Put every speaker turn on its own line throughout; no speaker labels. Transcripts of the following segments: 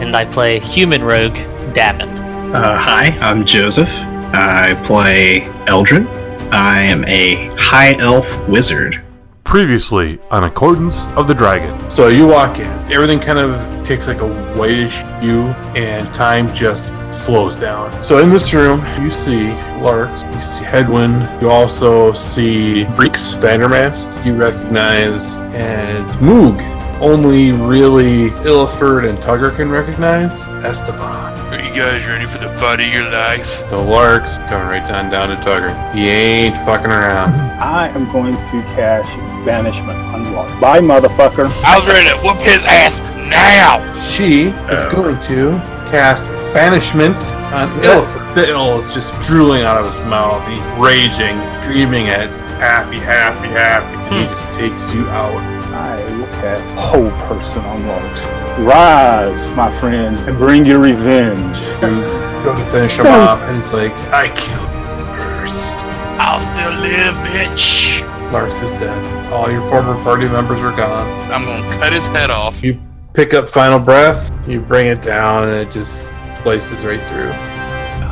and I play human rogue Davin.
Uh, hi, I'm Joseph. I play Eldrin. I am a high elf wizard.
Previously on Accordance of the Dragon. So you walk in. Everything kind of takes like a whitish hue and time just slows down. So in this room, you see Larks, you see Headwind, you also see Breeks, Vandermast, you recognize as Moog. Only really Illiford and Tugger can recognize Esteban.
Are you guys ready for the fight of your life?
The Larks coming right on down to Tugger. He ain't fucking around.
I am going to cash banishment unlock. Bye, motherfucker.
I was ready to whoop his ass now.
She is going to cast banishment on Illiford. The ill is just drooling out of his mouth. He's raging, screaming at Happy, Happy, Happy. And he just takes you out.
I will cast whole person unlocks. Rise, my friend, and bring your revenge.
You go to finish him off, and it's like, I killed you first.
I'll still live, bitch.
Lars is dead. All your former party members are gone.
I'm gonna cut his head off.
You pick up final breath, you bring it down, and it just slices right through.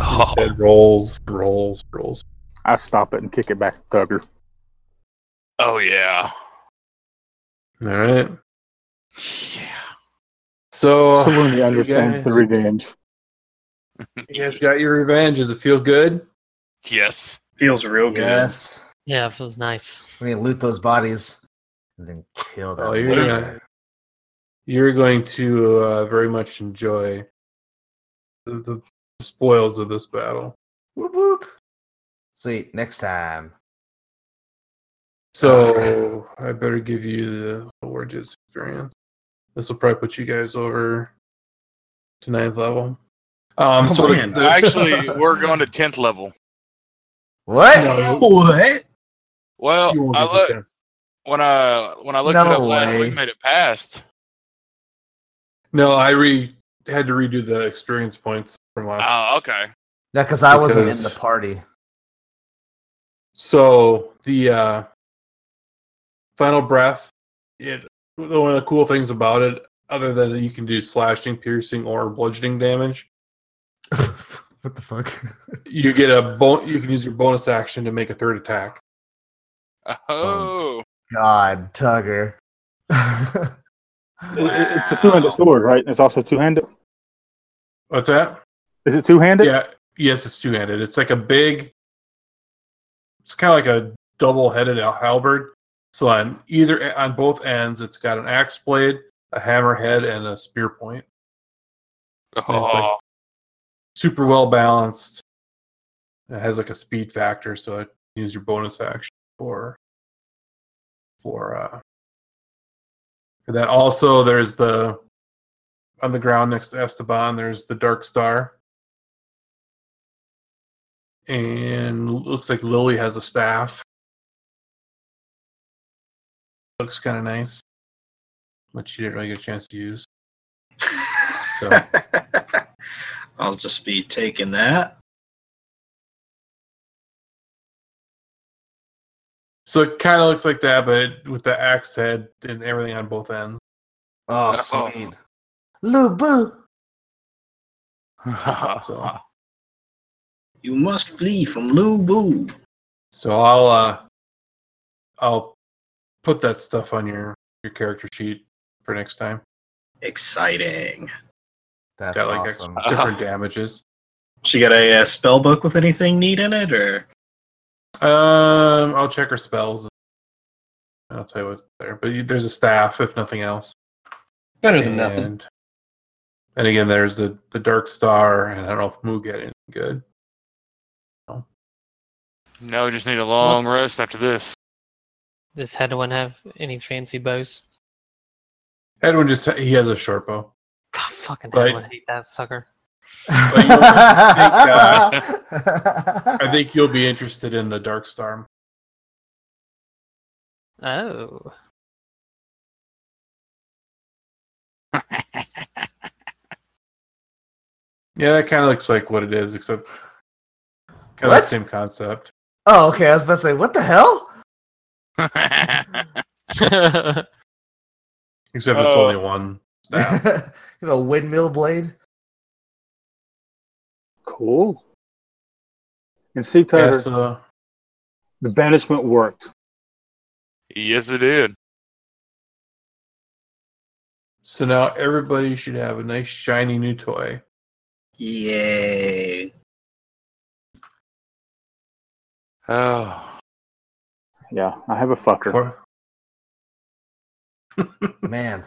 Oh,
It rolls, rolls, rolls.
I stop it and kick it back to Tugger.
oh yeah.
All right.
Yeah.
So,
Salumi
you
understands
guys-
the revenge.
You guys got your revenge. Does it feel good?
Yes.
Feels real
Yes.
Yeah, it feels nice.
We need to loot those bodies and then kill them.
Oh, you're gonna, you're going to uh, very much enjoy the, the spoils of this battle.
Whoop, whoop. Sweet. Next time.
So I better give you the gorgeous experience. This will probably put you guys over to ninth level. Um,
Oh,
so the-
man.
the-
Actually, we're going to tenth level.
What?
What?
Well,
you won't
I
get
look
there.
when I when I looked
No
it up last
way.
week, made it past.
no, I re had to redo the experience points from last.
Oh, okay.
No, because I wasn't in
Because-
the party.
So the uh, final breath, it the- one of the cool things about it, other than you can do slashing, piercing, or bludgeoning damage,
what the fuck?
you get a bon- you can use your bonus action to make a third attack.
Oh,
God, Tugger.
It- it- It's a two-handed sword, right? It's also two-handed.
What's that?
Is it two-handed?
Yeah, yes, it's two handed. It's like a big. It's kind of like a double headed halberd. So on either on both ends, it's got an axe blade, a hammer head, and a spear point.
Oh.
super well balanced. It has like a speed factor, so it use your bonus action for for uh for that. Also, there's the on the ground next to Esteban. There's the Dark Star, and looks like Lily has a staff. Looks kind of nice, but she didn't really get a chance to use. So.
I'll just be taking that.
So it kind of looks like that, but with the axe head and everything on both ends.
oh, sweet. Lou Boo.
So,
You must flee from Lou Boo.
so I'll uh, I'll put that stuff on your your character sheet for next time.
Exciting.
That's
Got like ex-
awesome.
different damages.
She got a uh, spell book with anything neat in it, or
Um, I'll check her spells. and I'll tell you what's there, but you, there's a staff if nothing else.
better
And, and again, there's the the dark star, and I don't know if Moog got anything good.
no, just need a long rest after this.
Does Hedwin have any fancy bows?
Edwin just he has a short bow.
God, fucking
Right.
Hedwin, hate that sucker.
Oh,
I think you'll be interested in the Dark Storm.
Oh.
Yeah, that kind of looks like what it is, except kind of the
What?
same concept.
oh, okay. I was about to say, what the hell?
Except it's
Oh.
only one.
you
staff.
have a windmill blade.
Cool. And see,
yeah,
Tucker,
so
the banishment worked.
Yes, it did.
So now everybody should have a nice shiny new toy.
Yay.
Oh,
Yeah, I have a fucker.
For-
Man.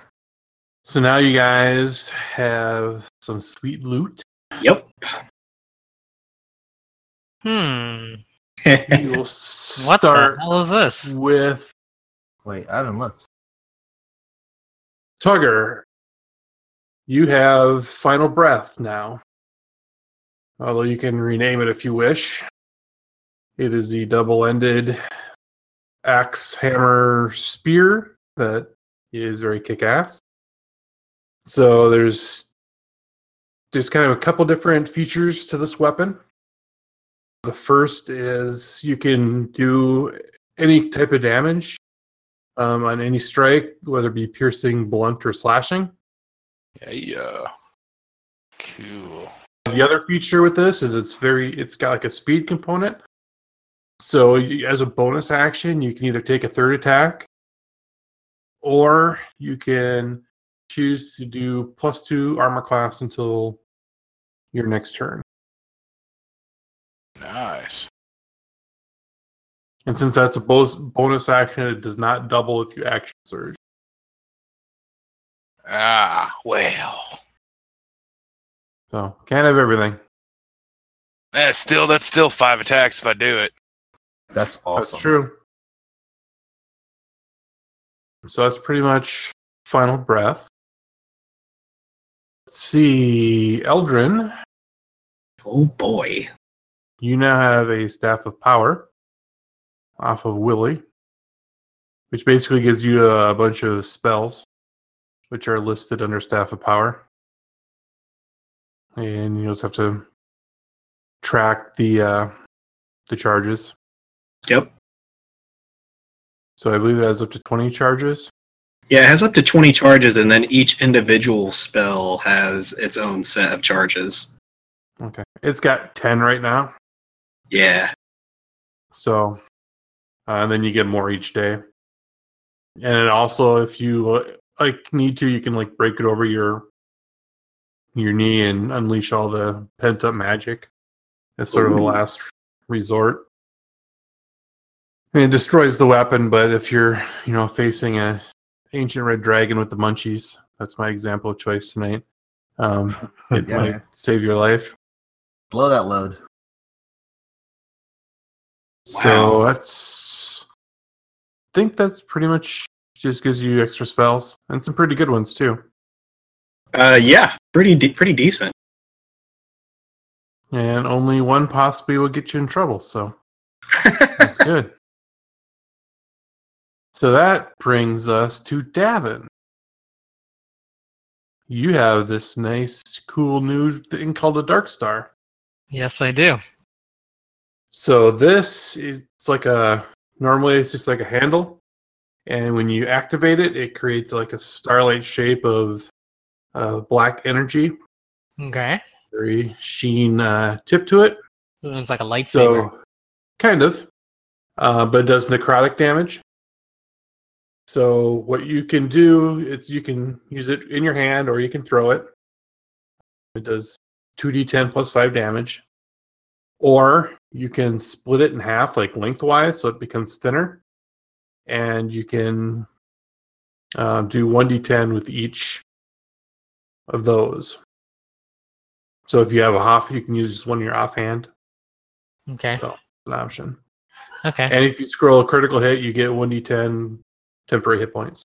So now you guys have some sweet loot.
Yep.
hmm.
You will
What the
start
hell is this?
with
Wait, I haven't looked.
Tugger. You have Final Breath now. Although you can rename it if you wish. It is the double ended axe hammer spear that is very kick ass. So there's there's kind of a couple different features to this weapon. The first is you can do any type of damage um, on any strike, whether it be piercing, blunt, or slashing.
Yeah, yeah. Cool.
The other feature with this is it's very it's got like a speed component. So you, as a bonus action, you can either take a third attack, or you can choose to do plus two armor class until your next turn.
Nice.
And since that's a bonus bonus action, it does not double if you action surge.
Ah, well.
So can't have everything.
that's still that's still five attacks if I do it.
That's awesome.
That's true. So that's pretty much final breath. Let's see, Eldrin,
Oh boy.
you now have a staff of power off of Willy, which basically gives you a bunch of spells, which are listed under staff of power, and you just have to track the uh, the charges.
Yep.
So I believe it has up to twenty charges.
Yeah, it has up to 20 charges, and then each individual spell has its own set of charges.
Okay. It's got 10 right now.
Yeah.
So, uh, and then you get more each day. And then also, if you uh, like need to, you can like break it over your your knee and unleash all the pent up magic as sort of a
Ooh.
last resort. And it destroys the weapon, but if you're you know facing a ancient red dragon with the munchies, that's my example of choice tonight. Um, it
Yeah,
might
man.
save your life.
Blow that load.
So that's. I think that's pretty much just gives you extra spells and some pretty good ones too.
Uh, yeah, pretty de- pretty decent.
And only one possibly will get you in trouble, so that's good. So that brings us to Davin. You have this nice, cool new thing called a Dark Star.
Yes, I do.
So this it's like a normally it's just like a handle, and when you activate it, it creates like a starlight shape of uh, black energy,
Okay.
very sheen uh, tip to it.
It's like a
So
lightsaber.
kind of, uh, but it does necrotic damage. So what you can do is you can use it in your hand or you can throw it. It does 2d10 plus 5 damage. Or you can split it in half, like lengthwise, so it becomes thinner. And you can uh, do 1d10 with each of those. So if you have a half, you can use just one of your offhand.
okay.
So an option.
Okay.
And if you scroll a critical hit, you get 1d10 temporary hit points.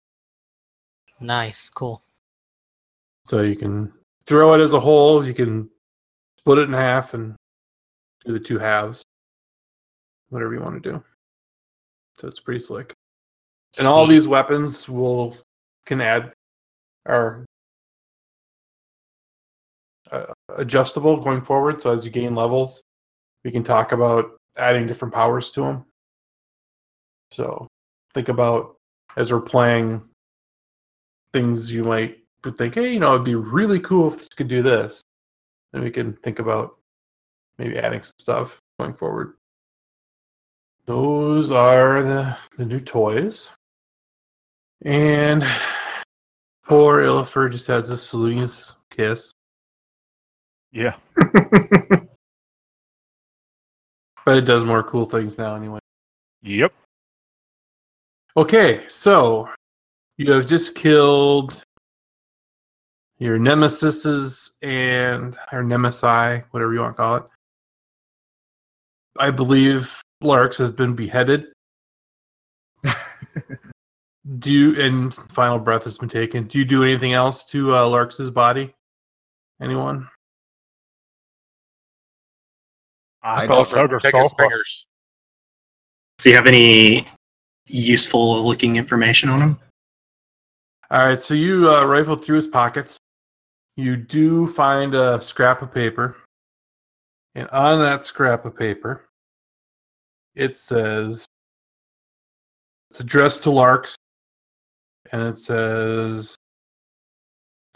Nice. Cool.
So you can throw it as a whole, you can Split it in half and do the two halves. Whatever you want to do. So it's pretty slick. And all these weapons will can add are uh, adjustable going forward. So as you gain levels, we can talk about adding different powers to them. So think about as we're playing things you might would think, hey, you know, it'd be really cool if this could do this. Then we can think about maybe adding some stuff going forward. Those are the, the new toys. And poor Illifer just has this Salunius kiss.
Yeah.
but it does more cool things now anyway.
Yep.
Okay, so you have just killed your nemesises and or nemesi, whatever you want to call it. I believe Larks has been beheaded. do you, and final breath has been taken. Do you do anything else to uh, Larks's body? Anyone?
I
thought
don't-
Tugger
Check his
saw-
fingers.
Do you have any useful looking information on him?
All right, so you uh, rifle through his pockets. You do find a scrap of paper. And on that scrap of paper, it says it's addressed to Larks. And it says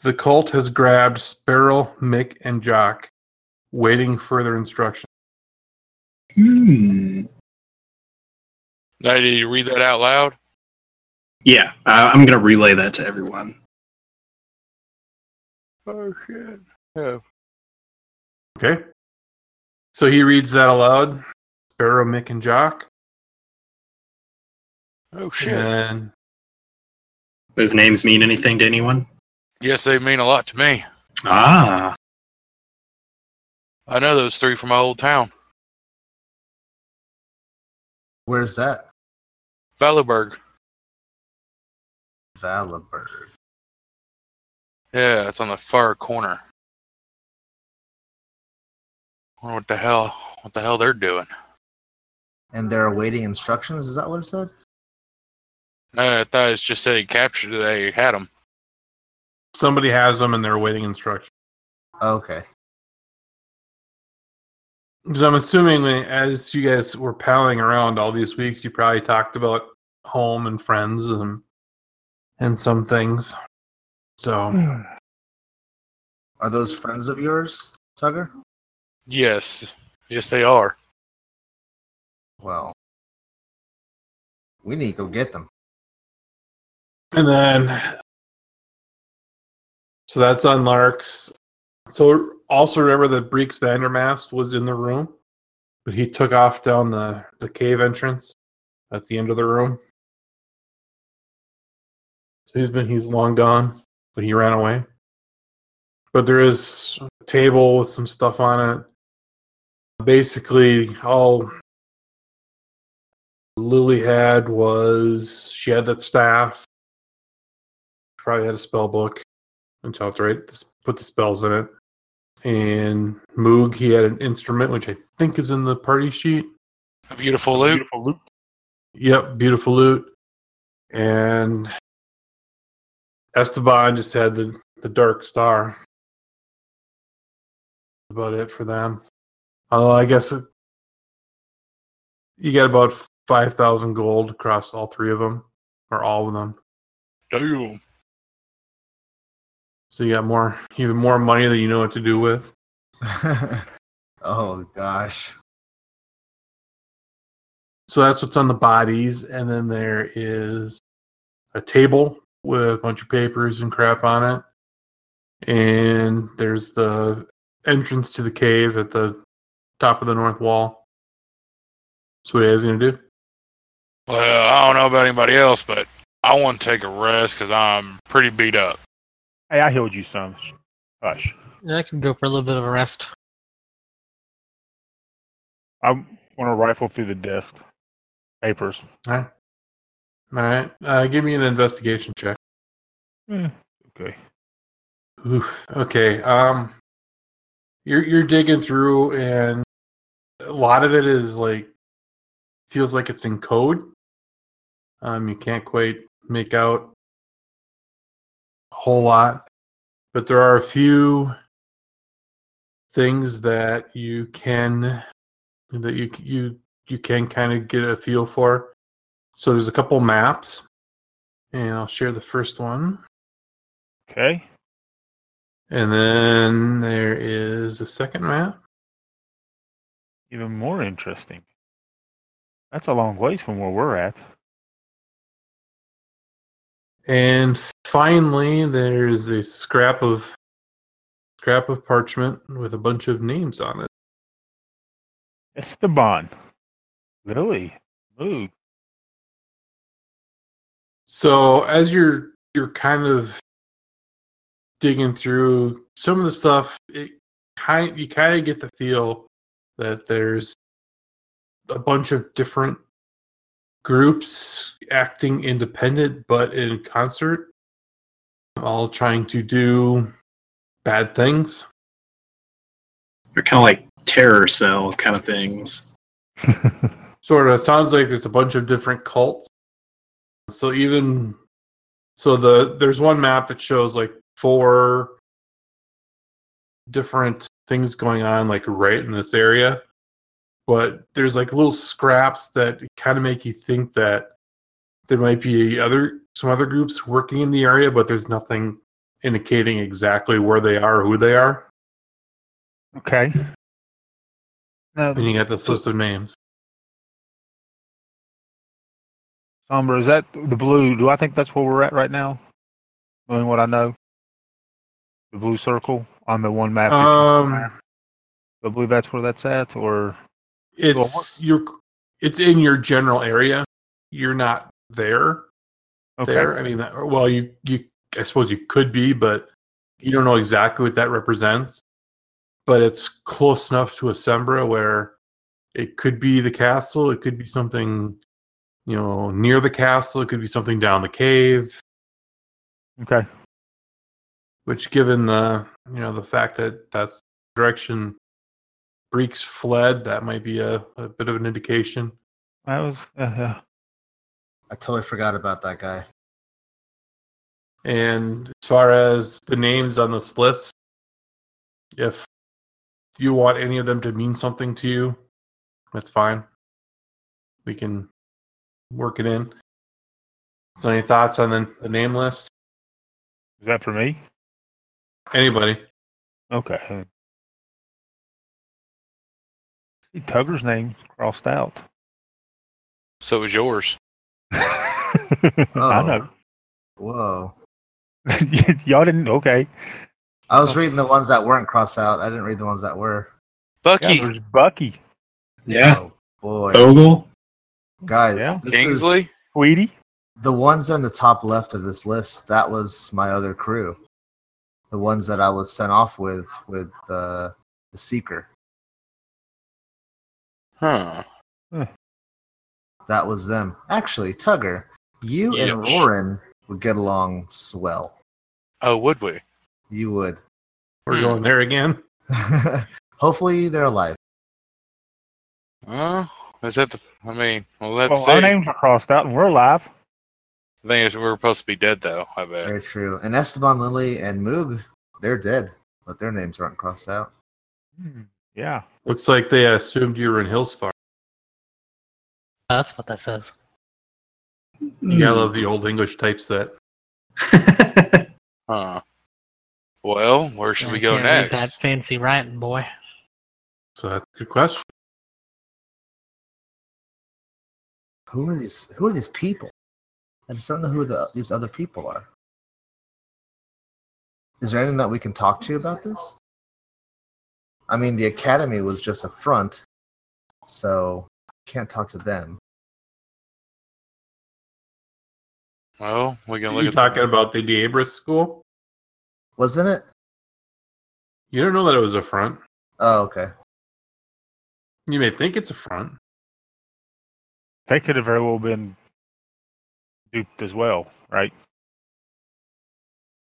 the cult has grabbed Sparrow, Mick, and Jock, waiting further instruction.
Hmm.
Now, did you read that out loud?
Yeah, I I'm gonna relay that to everyone.
Oh shit. Yeah.
Okay. So he reads that aloud Sparrow, Mick, and Jock.
Oh shit.
And
Those names mean anything to anyone?
Yes, they mean a lot to me.
Ah,
I know those three from my old town,
Where's that?
Valleyburg.
Valibird.
Yeah, it's on the far corner. Wonder what the hell? What the hell they're doing?
And they're awaiting instructions, is that what it said?
No, I thought it's just they captured. They had them.
somebody has them and they're awaiting instruction.
Oh, Okay.
Because I'm assuming when- as you guys were palling around all these weeks, you probably talked about home and friends and and some things. So
Are those friends of yours, Tugger?
Yes, yes, they are.
Well, we need to go get them.
and then so that's on Lark's. So also remember that Breeks Vandermast was in the room, but he took off down the the cave entrance at the end of the room. So he's been he's long gone, but he ran away. But there is a table with some stuff on it. Basically, all Lily had was she had that staff. Probably had a spell book and taught to write this, put the spells in it. And Moog, he had an instrument, which I think is in the party sheet.
A beautiful loot.
Beautiful loot.
Yep, beautiful loot. And Esteban just had the, the Dark Star. That's about it for them. Although I guess it, you got about 5,000 gold across all three of them, or all of them.
Damn.
So you got more, even more money than you know what to do with.
oh gosh.
So that's what's on the bodies, and then there is a table with a bunch of papers and crap on it. And there's the entrance to the cave at the top of the north wall. So what are you guys gonna do?
Well, I don't know about anybody else, but I want to take a rest because I'm pretty beat up.
Hey, I healed you some. Hush.
I can go for a little bit of a rest.
I want to rifle through the desk papers.
All right, uh, give me an investigation check.
Eh, Hmm. okay.
Oof. Okay. Um, You're you're digging through, and a lot of it is like feels like it's in code. Um, you can't quite make out a whole lot, but there are a few things that you can that you you you can kind of get a feel for. So there's a couple maps, and I'll share the first one.
Okay.
And then there is a second map.
Even more interesting. That's a long ways from where we're at.
And finally there's a scrap of scrap of parchment with a bunch of names on it.
Esteban. Lily. Moog.
So as you're you're kind of digging through some of the stuff, it kind you kind of get the feel that there's a bunch of different groups acting independent but in concert, all trying to do bad things.
They're kind of like terror cell kind of things.
Sort of sounds like there's a bunch of different cults. So even so the there's one map that shows like four different things going on like right in this area but there's like little scraps that kind of make you think that there might be other some other groups working in the area but there's nothing indicating exactly where they are or who they are
Okay. Now,
and you got this list of names
Sombra, is that the blue? Do I think that's where we're at right now? Knowing what I know? The blue circle on the one map? that you-
um
I believe that's where that's at, or
it's your it's in your general area you're not there there. I mean, that- well, you you I suppose you could be, but you don't know exactly what that represents. But it's close enough to Assembra where it could be the castle, it could be something, you know, near the castle, it could be something down the cave.
Okay.
Which, given the you know the fact that that's the direction Breeks fled, that might be a, a bit of an indication.
That was uh, yeah.
I totally forgot about that guy.
And as far as the names on this list, if you want any of them to mean something to you, that's fine. We can work it in. So, any thoughts on the, the name list?
Is that for me?
Anybody?
Okay. See, Tugger's name crossed out.
So is yours.
I know.
Oh. Whoa.
Oh.
Y- Y'all didn't. Okay.
I was reading the ones that weren't crossed out. I didn't read the ones that were.
Bucky,
Yeah, there's Bucky,
Yeah.
Oh, boy.
Bogle.
Guys,
Yeah.
this
Kingsley.
is
Sweetie.
the ones on the top left of this list. That was my other crew. The ones that I was sent off with, with uh, the Seeker.
Huh.
That was them. Actually, Tugger, you and
Yes.
Roran would get along swell.
Oh, would we?
You would.
We're going there again.
Hopefully, they're alive.
Oh, is that the? I mean, well, let's
Well,
see.
our names are crossed out, and we're alive.
I think it's, we're supposed to be dead though. I bet.
Very true. And Esteban, Lily, and Moog, they're dead, but their names aren't crossed out.
Hmm, Yeah.
Looks like they assumed you were in Hillsfar.
Oh, that's what that says.
You gotta love the old English typeset.
Huh. Well, where should we
I
go
can't read That
next?
fancy writing, boy.
So, that's a good question.
Who are these? Who are these people? I just don't know who the, these other people are. Is there anything that we can talk to about this? I mean, the academy was just a front, so can't talk to them.
Well, we can
Are
look
you
at.
talking about the Diabris school?
Wasn't it?
You don't know that it was a front.
Oh, okay.
You may think it's a front.
They could have very well been duped as well, right?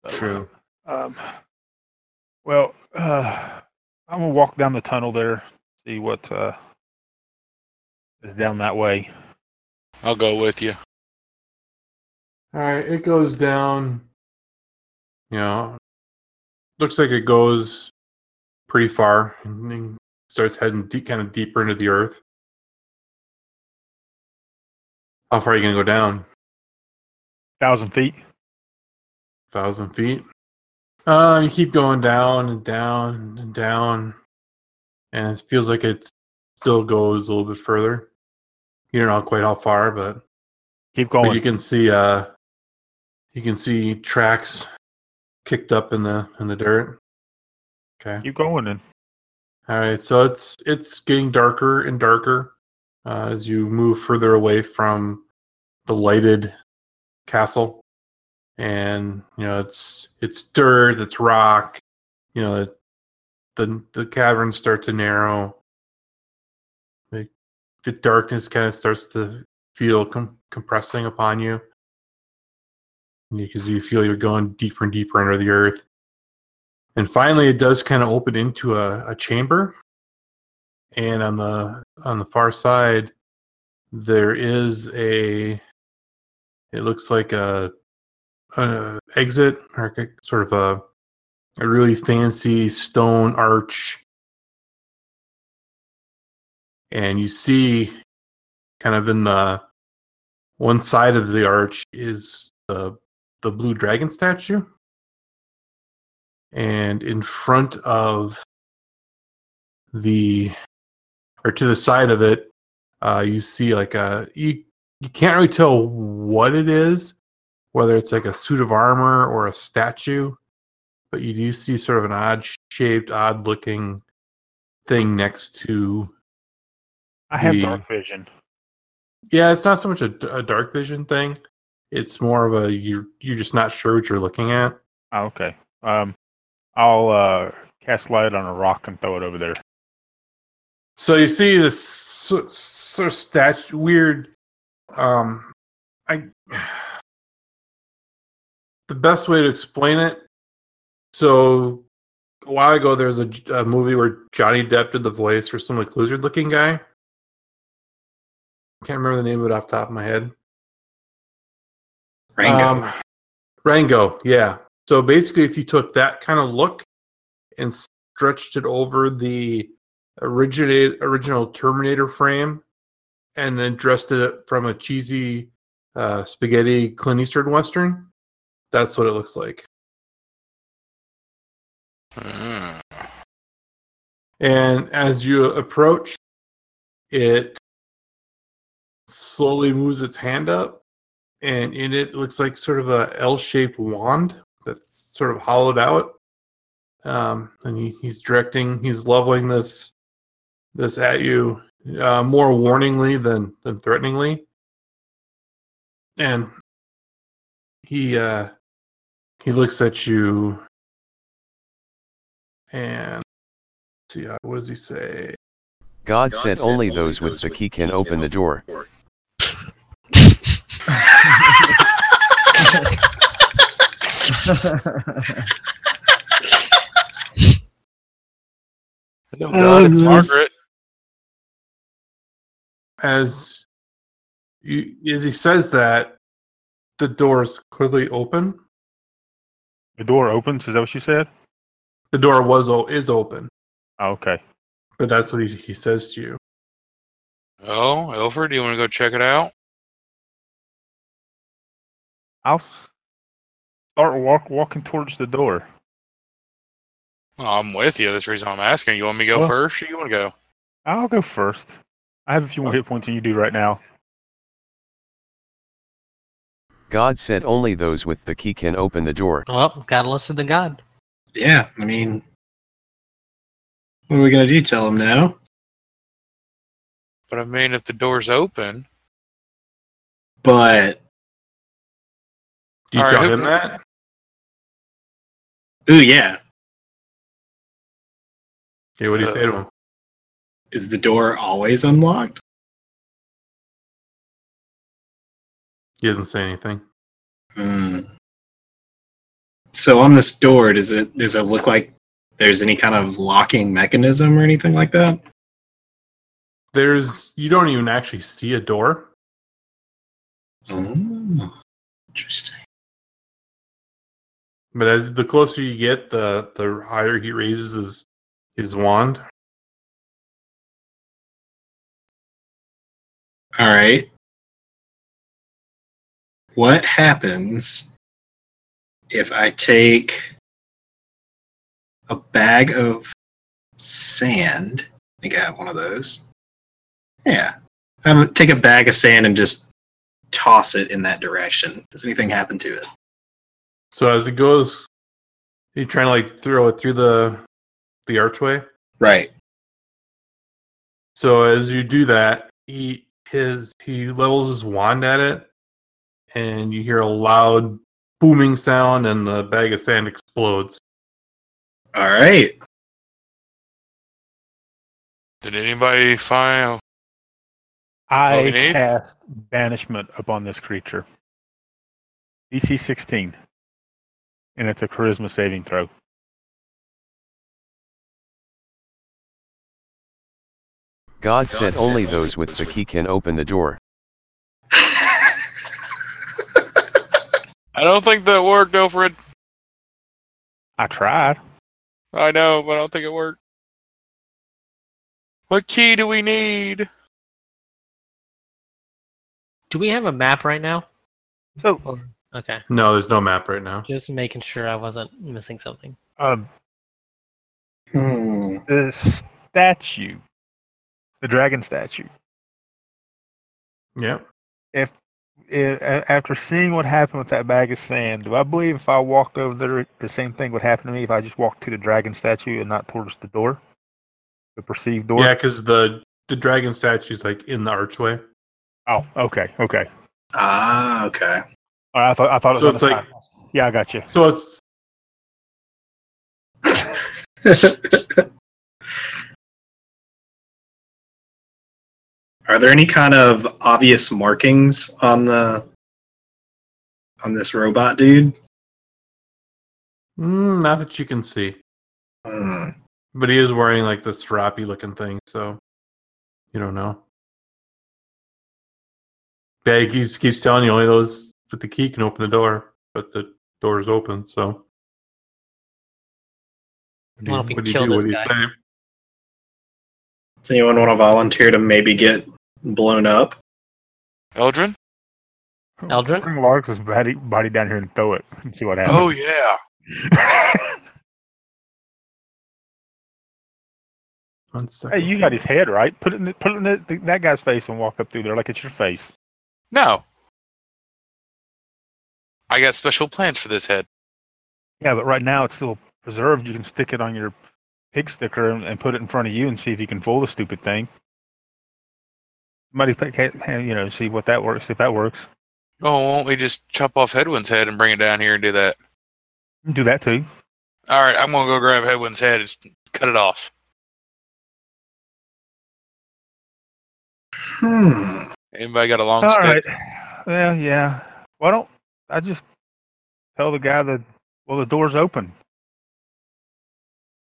True.
Um, well, uh,
I'm gonna walk down the tunnel there, see what uh, is down that way.
I'll go with you.
All right, it goes down. You know, looks like it goes pretty far and then starts heading deep, kind of deeper into the earth. How far are you going to go down?
Thousand feet.
Thousand feet. Um, you keep going down and down and down, and it feels like it still goes a little bit further. You don't know quite how far, but
Keep
but
going.
you can see uh you can see tracks kicked up in the in the dirt. Okay.
Keep going. And
All right. So it's it's getting darker and darker uh, as you move further away from the lighted castle. And you know it's it's dirt, it's rock. You know the the caverns start to narrow. The, the darkness kind of starts to feel com- compressing upon you because you feel you're going deeper and deeper under the earth. And finally, it does kind of open into a, a chamber. And on the on the far side, there is a. It looks like a, a exit or a- sort of a a really fancy stone arch. And you see, kind of in the one side of the arch is the the blue dragon statue and in front of the or to the side of it uh, you see like a you you can't really tell what it is whether it's like a suit of armor or a statue but you do see sort of an odd shaped odd looking thing next to
I have
the-
dark vision.
yeah, it's not so much a, a dark vision thing. It's more of a you you're just not sure what you're looking at.
Oh, okay. Um, I'll uh, cast light on a rock and throw it over there.
So you see this so, so statue, weird. Um, I the best way to explain it. So a while ago, there was a, j- a movie where Johnny Depp did the voice for some like lizard-looking guy. Can't remember the name of it off the top of my head.
Rango.
Um, Rango, yeah. So basically, if you took that kind of look and stretched it over the originate, original Terminator frame and then dressed it up from a cheesy uh, spaghetti Clint Eastwood Western, that's what it looks like.
Mm.
And as you approach, it slowly moves its hand up, and in it looks like sort of a L-shaped wand that's sort of hollowed out. Um, and he, he's directing, he's leveling this this at you uh, more warningly than than threateningly. And he uh, he looks at you and see uh, what does he say
God said only those with the key can open the door.
No, Oh, God, it's
Um, yes.
Margaret.
as you as he says that the door is quickly open
The door opens. Is that what you said?
the door was o- is open
Oh, okay.
but that's what he, he says to you
Oh, Ilford, do you want to go check it out?
I'll s- start walk walking towards the door.
Well, I'm with you. That's the reason I'm asking. You want me to go
Well-
first, or you want to go?
I'll go first. I have a few more hit points than you do right now.
God said only those with the key can open the door.
Well, gotta listen to God.
Yeah, I mean, what are we gonna do? Tell him no?
But I mean, if the door's open,
But
do you
All right,
tell
who-
him that
ooh, yeah.
yeah what do you
Uh,
say to him
Is the door always unlocked?
he doesn't say anything
Hmm. So on this door, does it does it look like there's any kind of locking mechanism or anything like that?
There's you don't even actually see a door.
Oh, interesting.
But as the closer you get, the the higher he raises his his wand.
All right. What happens if I take a bag of sand? I think I have one of those. Yeah. I'm gonna take a bag of sand and just toss it in that direction. Does anything happen to it?
So as it goes, you trying to like throw it through the the archway.
Right.
So as you do that, he his he levels his wand at it, and you hear a loud booming sound, and the bag of sand explodes.
All right.
Did anybody find?
I
we need?
cast banishment upon this creature. DC 16, and it's a charisma saving throw.
God said only those with the key can open the door.
I don't think that worked, Alfred.
I tried.
I know, but I don't think it worked. What key do we need?
Do we have a map right now?
So,
Okay.
No, there's no map right now.
Just making sure I wasn't missing something.
um, the statue, the dragon statue.
Yeah.
If, if a- after seeing what happened with that bag of sand, do I believe if I walked over there, the same thing would happen to me if I just walked to the dragon statue and not towards the door, the perceived door?
Yeah, because the the dragon statue's like in the archway.
Oh, okay, okay.
Ah, okay.
All right, I thought I thought it was
So
on
it's
the
like-
side. Yeah, I got you.
So it's
Are there any kind of obvious markings on the on this robot dude?
mm, not that you can see,
Hmm.
but he is wearing like this serape looking thing. So you don't know. Yeah, he keeps, keeps telling you only those with the key can open the door, but the door is open. So what do
Why
you,
don't we
what do, you
kill
do? What
this
do you
guy?
say?
Does anyone want to volunteer to maybe get blown up?
Eldrin?
Eldrin?
Bring Lark's body, body down here and throw it and see what happens.
Oh yeah.
One second.
Hey, you got his head right. Put it in, the, put it in the, that guy's face and walk up through there like it's your face.
No. I got special plans for this head.
Yeah, but right now it's still preserved. You can stick it on your pig sticker and, and put it in front of you and see if you can fool the stupid thing. Somebody, put, ca- you know, see what that works. If that works,
Oh, won't we just chop off Headwind's head and bring it down here and do that?
do that too.
All right, I'm gonna go grab Headwind's head and s- cut it off.
Hmm.
Anybody got a long
All
stick?
right. Well, yeah. Why don't I just tell the guy that? Well, the door's open.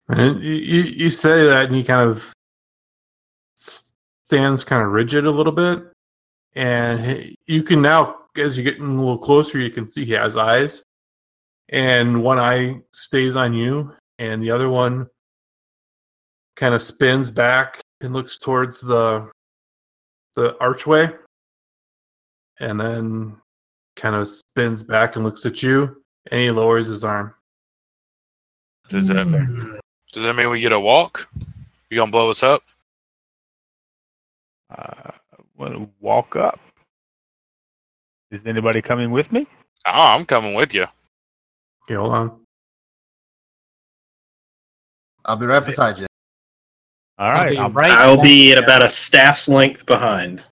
And you, you you say that, and he kind of stands kind of rigid a little bit. And he- you can now, as you're getting a little closer, you can see he has eyes. And one eye stays on you, and the other one kind of spins back and looks towards the the archway. And then kind of spins back and looks at you, and he lowers his arm.
Does that does that mean we get a walk? You gonna blow us up?
Uh, want to walk up? Is anybody coming with me?
Oh, I'm coming with you.
Okay, hold on.
I'll be right beside you.
All
I'll
right,
be
I'm,
right
I'll
back
be at
there.
about a staff's length behind.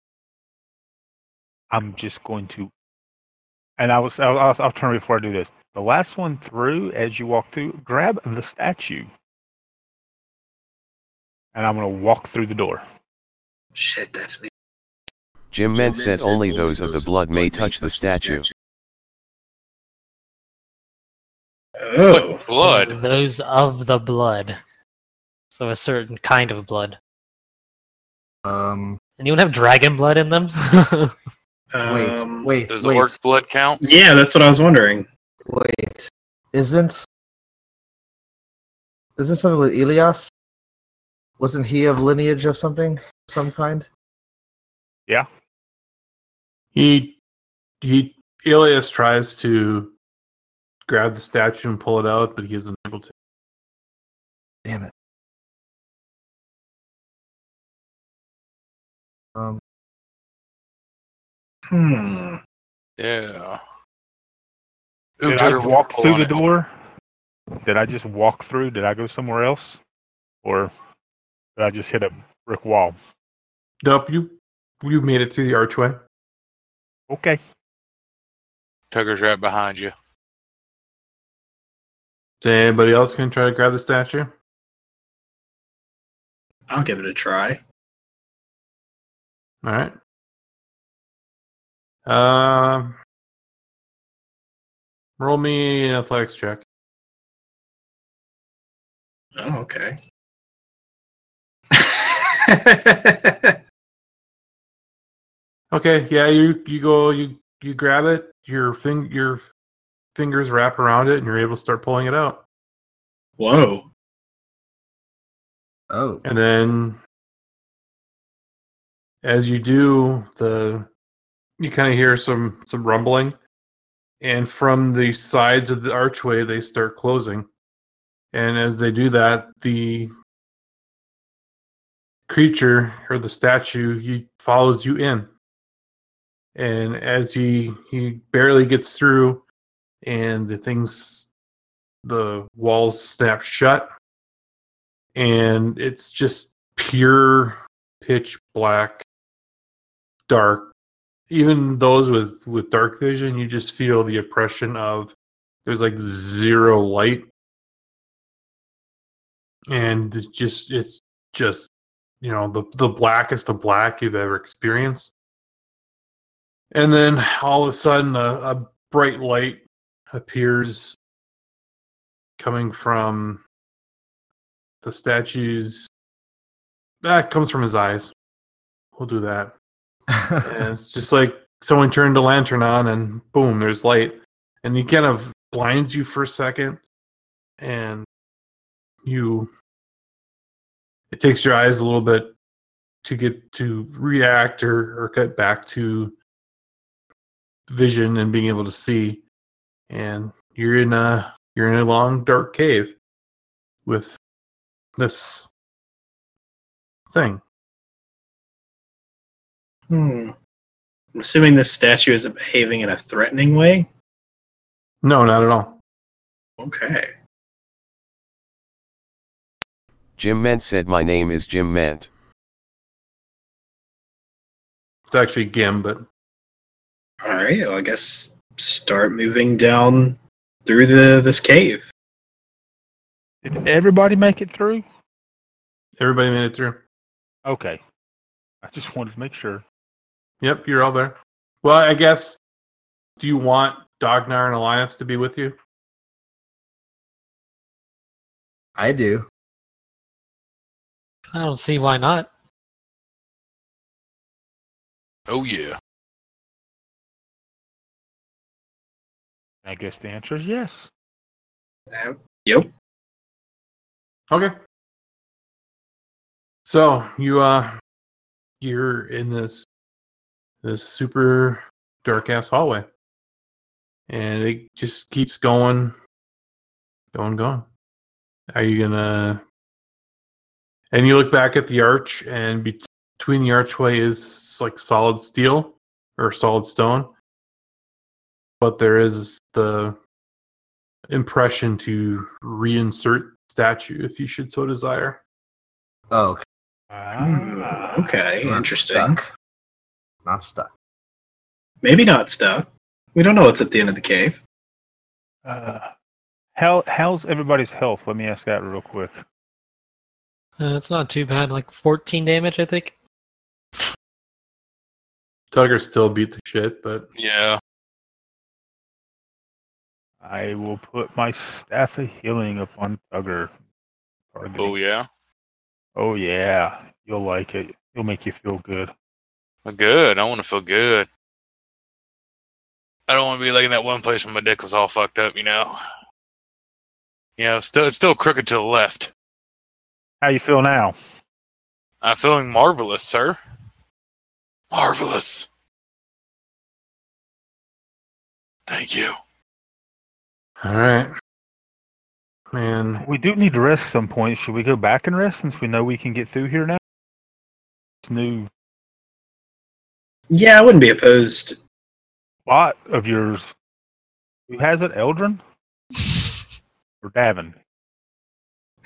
I'm just going to. And I was, I'll, I'll, I'll turn before I do this. The last one through, as you walk through, grab the statue. And I'm going to walk through the door.
Shit, that's me.
Jim meant said only those of the blood may touch the statue.
Oh.
blood.
Those of the blood. So a certain kind of blood.
Um.
Anyone have dragon blood in them?
Wait,
Um,
wait,
Does
wait,
the orc's blood count?
Yeah, that's what I was wondering.
wait. Isn't isn't something with Elias? Wasn't he of lineage of something, some kind?
He he Elias tries to grab the statue and pull it out, but he isn't able to.
Damn it. Um,
Hmm.
Yeah. Who
Did
took
I
a
walk
pull
through
on
the
it?
door? Did I just walk through? Did I go somewhere else? Or did I just hit a brick wall?
Nope, you you made it through the archway.
Okay.
Tucker's right behind you.
Is anybody else gonna try to grab the statue?
I'll give it a try.
All right. Um, roll me an athletics check.
Oh, okay.
Okay, yeah, you you go you you grab it. Your fing your fingers wrap around it, and you're able to start pulling it out.
Whoa.
oh,
And then, as you do, the you kind of hear some some rumbling, and from the sides of the archway they start closing. And as they do that, the creature or the statue he follows you in. And as he he barely gets through, and the things, the walls snap shut and it's just pure pitch black dark even those with with dark vision you just feel the oppression of there's like zero light and it's just it's just you know the the blackest of black you've ever experienced and then all of a sudden a, a bright light appears coming from the statues that comes from his eyes we'll do that and it's just like someone turned a lantern on and boom there's light and he kind of blinds you for a second and you it takes your eyes a little bit to get to react or, or get back to vision and being able to see and you're in a you're in a long dark cave with this thing.
Hmm. I'm assuming this statue isn't behaving in a threatening way.
No, not at all.
Okay.
Jim Ment said my name is Jim Ment.
It's actually Gim, but
All right. Well, I guess start moving down through the this cave.
Did everybody make it through?
everybody made it through.
Okay. I just wanted to make sure.
Yep, you're all there. Well, I guess. Do you want Dognar and Alliance to be with you?
I do.
I don't see why not.
Oh yeah.
I guess the answer is yes.
Uh, Yep.
Okay. So you uh, you're in this this super dark ass hallway, and it just keeps going, going, going. Are you gonna? And you look back at the arch, and bet- between the archway is like solid steel or solid stone, but there is the impression to reinsert statue if you should so desire.
Oh, okay.
Hmm,
Ah.
okay.
Not
Interesting.
Stuck. Not stuck.
Maybe not stuck. We don't know what's at the end of the cave.
Uh, how how's everybody's health? Let me ask that real quick.
Uh, it's not too bad. Like 14 damage, I think.
Tugger still beat the shit, but
Yeah.
I I will put my staff of healing upon Tugger. Targeting.
Oh yeah.
Oh yeah, you'll like it. It'll make you feel good.
Well, Good. I want to feel good. I don't want to be like in that one place where my dick was all fucked up, you know. You know, it's still it's still crooked to the left.
How you feel now?
I'm feeling marvelous, sir. Marvelous. Thank you.
All right. Man,
We do need to rest some point. Should we go back and rest since we know we can get through here now? This new
Yeah, I wouldn't be opposed.
bot of yours. Who has it? Eldrin? or Davin?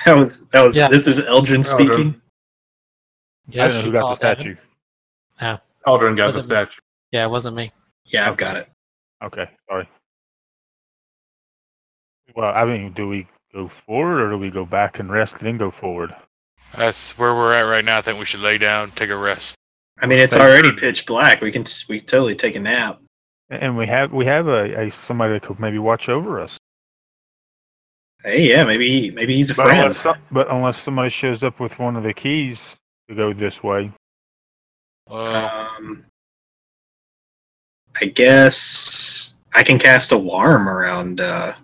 That was that was. This is Eldrin
Eldrin.
speaking.
I don't know who got the statue.
No.
Aldrin got the
Wasn't
statue.
Yeah, it wasn't me.
Yeah, I've got it.
Okay, sorry. Well, I mean, do we go forward or do we go back and rest then go forward?
That's where we're at right now. I think we should lay down, take a rest.
I mean, it's
Thank
already pitch black. We can s- we can totally take a nap.
And we have we have a, a somebody that could maybe watch over us.
Hey, yeah, maybe maybe he's a
But
friend.
unless, some- but unless somebody shows up with one of the keys to go this way, Uh,
Um, I guess I can cast alarm around uh,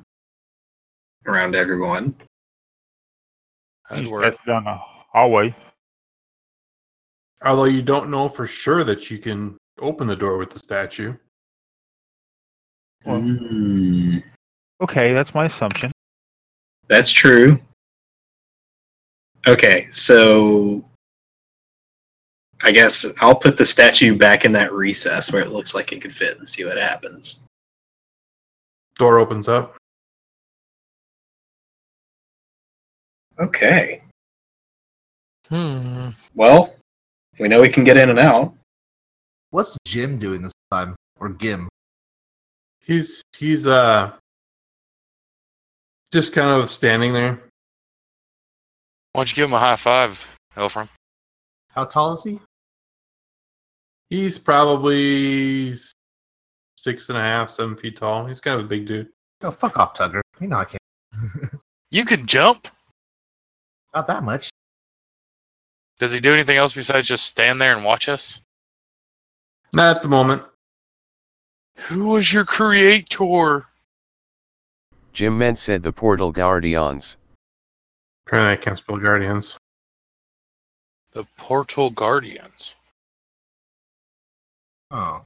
around everyone.
That'd
work. down the hallway.
Although you don't know for sure that you can open the door with the statue.
Well- Okay, that's my assumption.
Hmm, That's true. Okay, so I guess I'll put the statue back in that recess where it looks like it could fit and see what happens.
Door opens up.
Okay.
Hmm.
Well, we know we can get in and out.
What's Jim doing this time? Or Gim?
He's he's uh just kind of standing there.
Why don't you give him a high five, Elfram?
How tall is he?
He's probably six and a half, seven feet tall. He's kind of a big dude.
Oh, fuck off, Tugger. You know I can't.
You can jump.
Not that much.
Does he do anything else besides just stand there and watch us?
Not at the moment.
Who was your creator?
Jim meant said the portal guardians.
Apparently, I can't spell guardians.
The Portal Guardians.
Oh.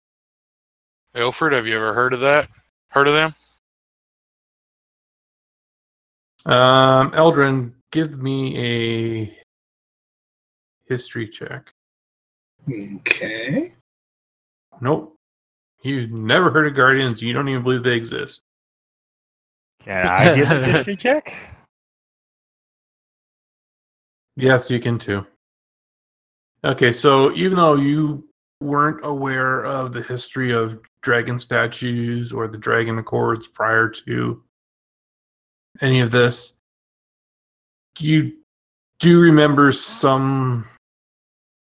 Ilford, have you ever heard of that? Heard of them?
Um, Eldrin, give me a history check.
Okay.
Nope. You never heard of guardians. You don't even believe they exist.
Can I get a history check?
Yes, you can too. Okay, so even though you weren't aware of the history of dragon statues or the dragon accords prior to any of this, you do remember some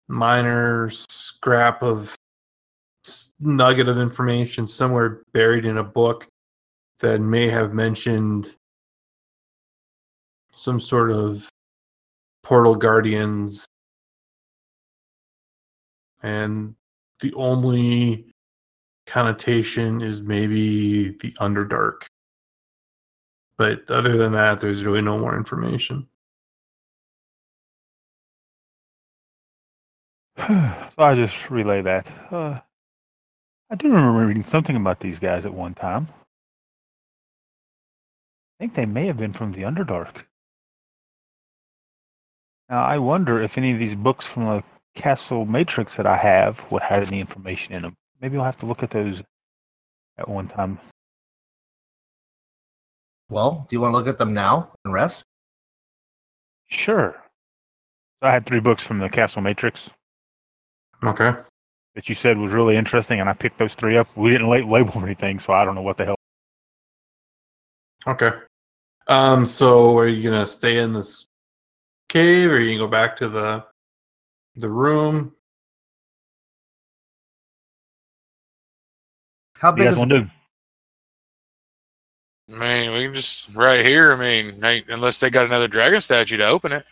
minor scrap of s- nugget of information somewhere buried in a book that may have mentioned some sort of portal guardians and the only connotation is maybe the underdark but other than that there's really no more information
so I just relay that. Uh, I do remember reading something about these guys at one time. I think they may have been from the Underdark. Now I wonder if any of these books from the Castle Matrix that I have would have any information in them. Maybe I'll have to look at those at one time.
Well, do you want to look at them now and rest?
Sure. So I had three books from the Castle Matrix
okay
that you said was really interesting, and I picked those three up. We didn't la- label anything, so I don't know what the hell.
okay um so are you gonna stay in this cave or are you gonna go back to the the room
How
You
big
guys
is
want to do?
I mean, we can just right here. I mean, ain't- unless they got another dragon statue to open it.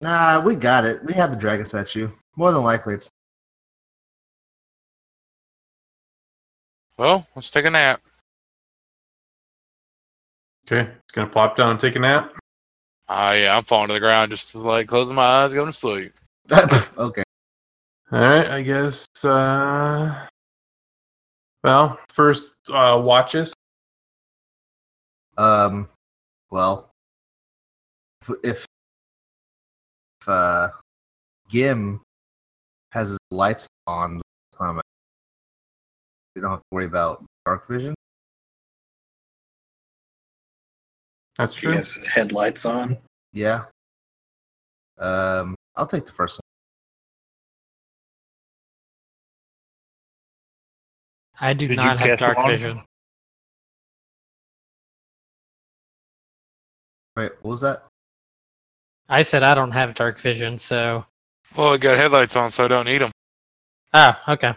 Nah, we got it. We have the dragon statue. More than likely, it's
Well, let's take a nap.
Okay, it's gonna plop down and take a nap.
Ah, yeah, I'm falling to the ground, just like closing my eyes, going to sleep.
okay.
All right, I guess. Uh, well, first uh, watches.
Um, well, if, if, if uh, Gim has his lights on the whole time, you don't have to worry about dark vision.
That's
true. He has his headlights on.
Yeah. Um, I'll take the first
I do
Did you
not have
cast
dark
long?
vision.
one. Wait, what was that?
I said I don't have dark vision, so.
Well, I got headlights on, so I don't need them.
Oh, okay.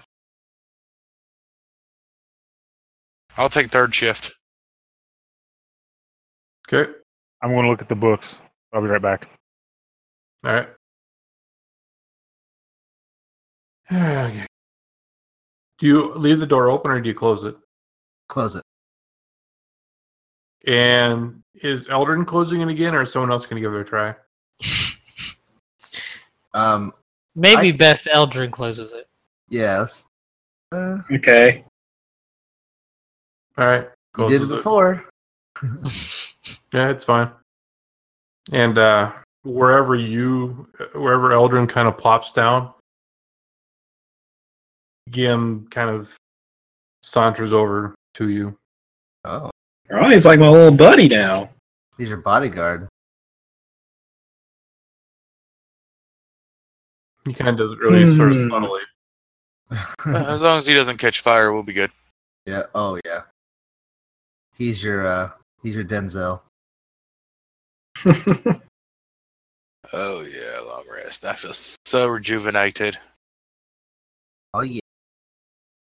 I'll take third shift.
Okay.
I'm going to look at the books. I'll be right back.
All right. Okay. Do you leave the door open or do you close it?
Close it.
And is Eldrin closing it again, or is someone else going to give it a try?
Um,
Maybe best Eldrin closes it.
Yes. Uh,
Okay.
All right.
you did it
closes
before.
Yeah, it's fine. And uh, wherever you, wherever Eldrin kind of plops down, Gim kind of saunters over to you.
Oh,
Oh, he's like my little buddy now.
he's your bodyguard.
He kind of does it really sort of
Hmm.
subtly.
Uh, as long as he doesn't catch fire, we'll be good.
Yeah. Oh, yeah. He's your uh, he's your Denzel.
Oh yeah, long rest. I feel so rejuvenated.
Oh yeah.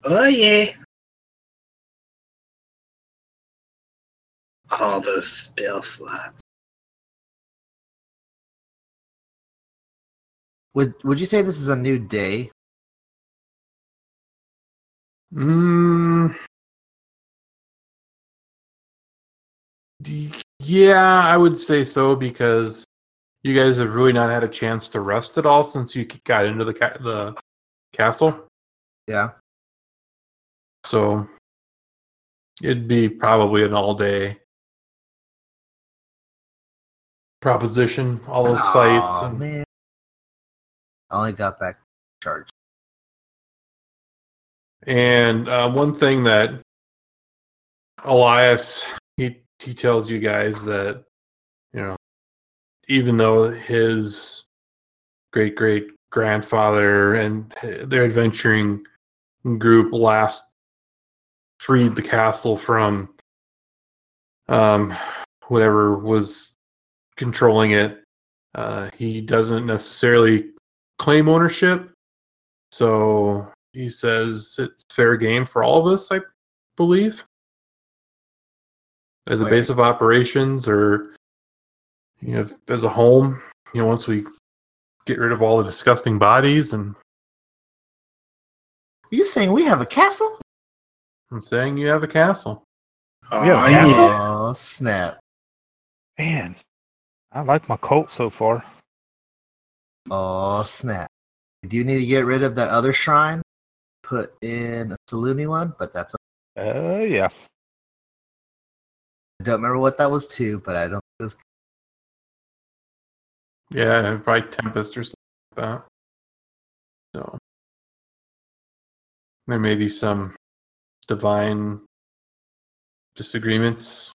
Oh yeah. All Ah, those spell slots.
Would Would you say this is a new day?
Mm. D- Yeah, I would say so because you guys have really not had a chance to rest at all since you got into the ca- the castle.
Yeah.
So it'd be probably an all day proposition, all those fights.
Aw,
And,
man. I only got that charge.
and uh, one thing that Elias he he tells you guys that you know even though his great great grandfather and h- their adventuring group last freed the castle from um whatever was controlling it uh he doesn't necessarily claim ownership so he says it's fair game for all of us i believe as a
Wait.
base of operations or you know as a home you know once we get rid of all the disgusting bodies and
Are you saying we have a castle?
i'm saying you have a castle
Ah,
Yeah, yeah.
Oh snap!
Man, I like my Colt so far.
Oh snap! I do need to get rid of that other shrine. Put in a Salumi one, but that's
Oh, yeah.
I don't remember what that was too, but I don't. It was
Yeah, probably Tempest or something like that. So there may be some divine disagreements,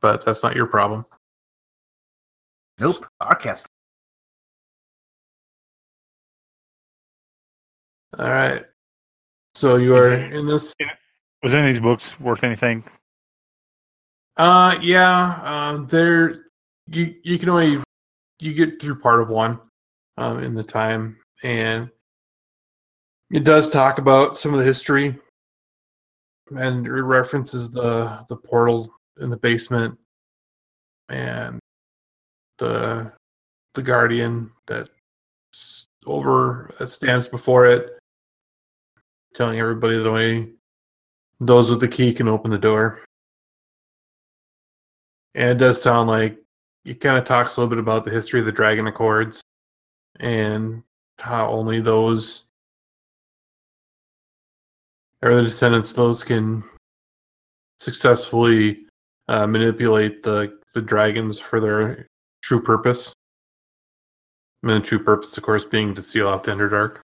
but that's not your problem.
nope. Our castle.
All right. So you are in this.
Was any of these books worth anything?
Uh, yeah. Uh, there. You you can only you get through part of one, um, in the time, and it does talk about some of the history and it references the the portal in the basement and the the guardian that s- over that stands before it, telling everybody that only those with the key can open the door. And it does sound like it kind of talks a little bit about the history of the Dragon Accords and how only those or the descendants of those can successfully uh, manipulate the the dragons for their true purpose. And the true purpose, of course, being to seal out the Underdark.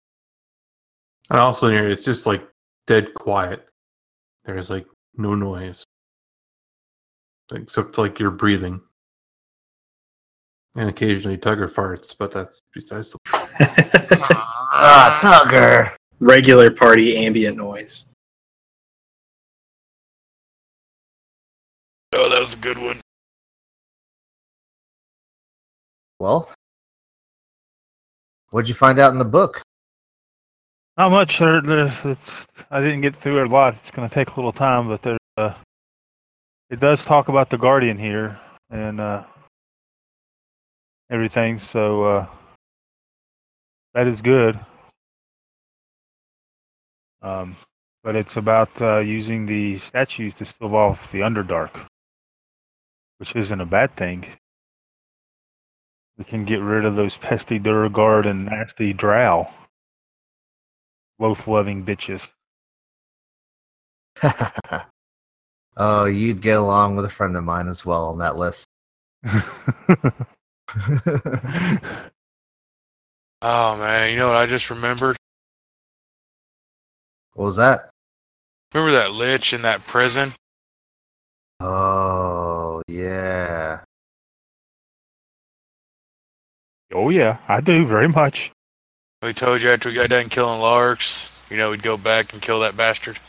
And also, in here, it's just like dead quiet. There's like no noise except like your breathing. And occasionally Tugger farts, but that's besides the
Ah, Tugger.
Regular party ambient noise.
Oh, that was a good one.
Well, what'd you find out in the book?
Not much. There, there's, it's, I didn't get through it a lot. It's going to take a little time, but there, uh, it does talk about the Guardian here and uh, everything. So uh, that is good. Um, but it's about uh, using the statues to stave off the Underdark, which isn't a bad thing. We can get rid of those pesty Duragard and nasty Drow loaf loving bitches.
oh, you'd get along with a friend of mine as well on that list.
Oh man, you know what I just remembered?
What was that?
Remember that lich in that prison?
Oh, yeah.
Oh yeah, I do very much.
We told you after we got done killing Larks, you know, we'd go back and kill that bastard.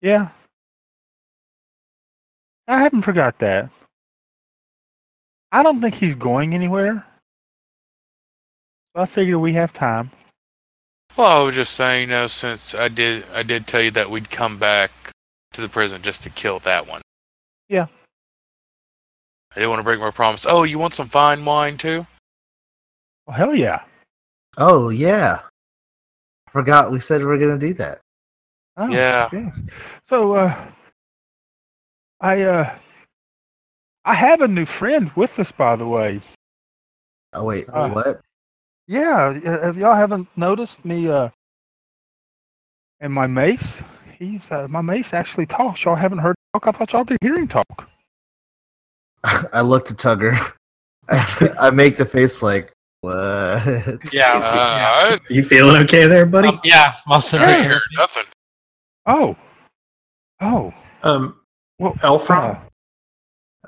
Yeah. I haven't forgot that. I don't think he's going anywhere. So I figure we have time.
Well, I was just saying, you know, since I did, I did tell you that we'd come back to the prison just to kill that one.
Yeah.
I didn't want to break my promise. Oh, you want some fine wine too?
Well, hell yeah.
Oh, yeah. I forgot we said we were going to do that.
Oh,
Yeah.
So uh I uh I have a new friend with us by the way.
Oh, wait.
Ah.
Uh,
what?
Yeah, i- if y'all haven't noticed me uh and my mace, he's uh, my mace actually talks. Y'all haven't heard him talk. I thought y'all could hear him talk.
I looked at Tugger. I make the face like, what?
Yeah.
Uh,
You feeling okay there, buddy?
Um, yeah, Muscle
I didn't hear nothing.
Oh. Oh.
Um,
well,
Elfron.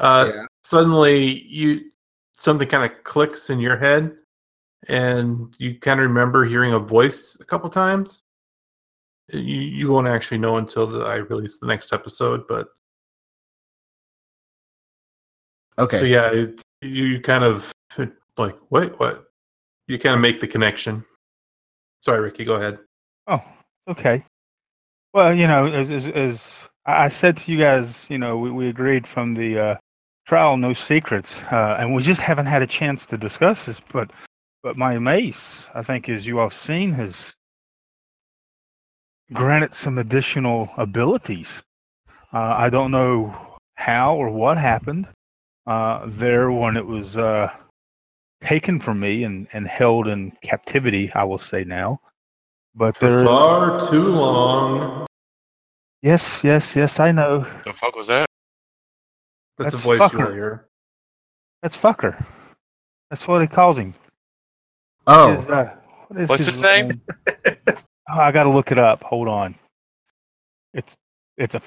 Uh, Suddenly, you something kind of clicks in your head, and you kind of remember hearing a voice a couple times. Uh, You you won't actually know until the, I release the next episode, but
Okay.
so yeah, it, you you kind of like wait what? You kind of make the connection. Sorry, Ricky, go ahead.
Oh, okay. Well, you know, as as, as I I said to you guys, you know, we, we agreed from the uh, trial, no secrets, uh, and we just haven't had a chance to discuss this. But but my mace, I think, as you all have seen, has granted some additional abilities. Uh, I don't know how or what happened uh, there when it was uh, taken from me and, and held in captivity. I will say now. But there,
Far too long.
Yes, yes, yes, I know.
The fuck was that?
That's,
That's
a voice
fucker.
you hear.
That's fucker. That's what he calls him.
Oh.
His, uh, what is
What's his name?
Oh, I gotta look it up. Hold on. It's it's a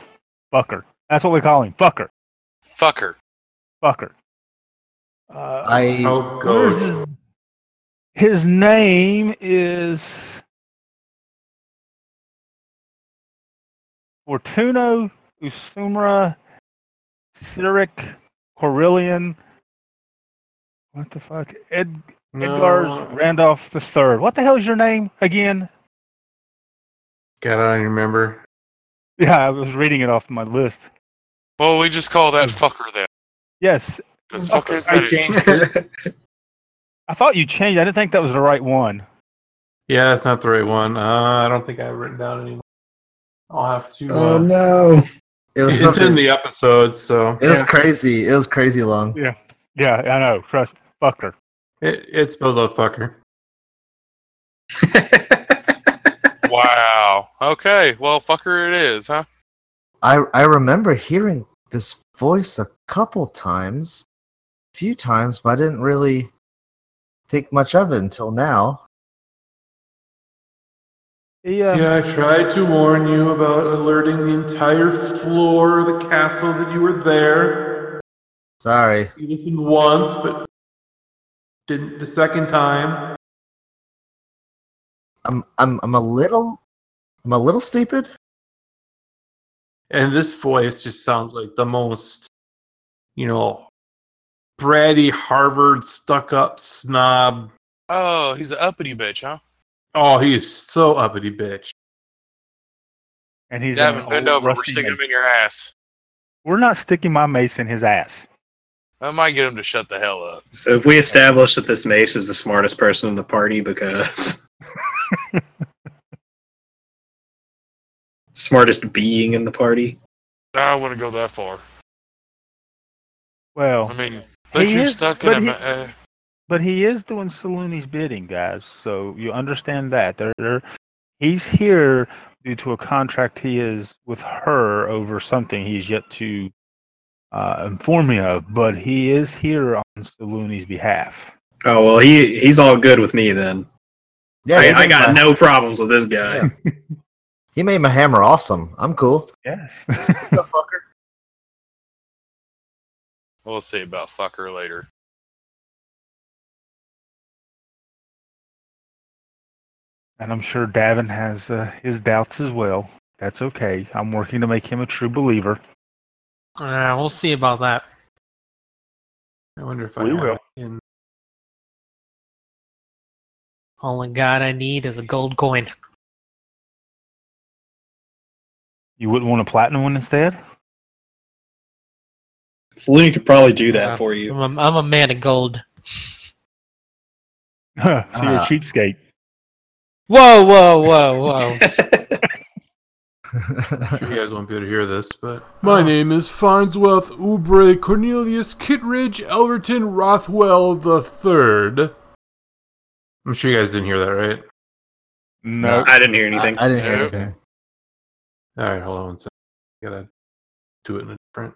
fucker. That's what we call him. Fucker.
Fucker.
Fucker. Uh,
I-
Oh,
where's
God.
his- His name is Fortuno Usumra Cyric Corillian. What the fuck? Ed Edgar's
No,
Randolph the Third. What the hell is your name again?
God, I don't remember.
Yeah, I was reading it off my list.
Well, we just call that fucker then.
Yes.
'Cause fucker is
I
not-
changed
I thought you changed. I didn't think that was the right one.
Yeah, that's not the right one. Uh, I don't think I've written down anymore. I'll have to. Uh,
Oh no.
It was
it's in
something-
the episode, so
It was crazy. It was crazy long.
Yeah. Yeah, I know. Trust fucker.
it, it spells out fucker.
Wow. Okay. Well, fucker, it is, huh?
I I remember hearing this voice a couple times, a few times, but I didn't really think much of it until now.
Yeah.
uh,
Yeah, I tried to warn you about alerting the entire floor of the castle that you were there.
Sorry.
You listened once, but didn't the second time.
I'm I'm I'm a little I'm a little stupid.
And this voice just sounds like the most, you know, bratty Harvard stuck up snob.
Oh, he's an uppity bitch, huh?
Oh, he is so uppity bitch.
And he's in an
Davin, bend
old
over. We're
rusty
sticking
mace.
him in your ass.
We're not sticking my mace in his ass.
I might get him to shut the hell up.
So if we establish that this mace is the smartest person in the party because smartest being in the party.
I wouldn't go that far.
Well,
I mean, but
He
you're
is-
stuck
but
in
he-
a. ma- Uh,
but he is doing Saluni's bidding, guys. So you understand that. They're, they're, he's here due to a contract he is with her over something he's yet to uh, inform me of, but he is here on Saluni's behalf.
Oh well he he's all good with me then.
Yeah,
I,
he
I
made
got
my-
no problems with this guy.
He made my hammer awesome. I'm cool.
Yes.
we'll see about fucker later.
And I'm sure Davin has uh, his doubts as well. That's okay. I'm working to make him a true believer.
Ah,
Uh, we'll see about that. I wonder if I
We
have
will.
it in
Only god I need is a gold coin.
You wouldn't want a platinum one instead?
Saloon could probably do that for you.
I'm a, I'm a man of gold.
Huh, so you're a
Uh.
cheapskate.
Whoa, whoa, whoa, whoa.
sure you guys won't be able to hear this, but my name is Farnsworth Ubre Cornelius Kittredge Elverton Rothwell the Third. I'm sure you guys didn't hear that, right?
No.
I didn't hear anything.
I, I didn't hear
Nope.
anything.
All right, hold on one second. I gotta do it in a different.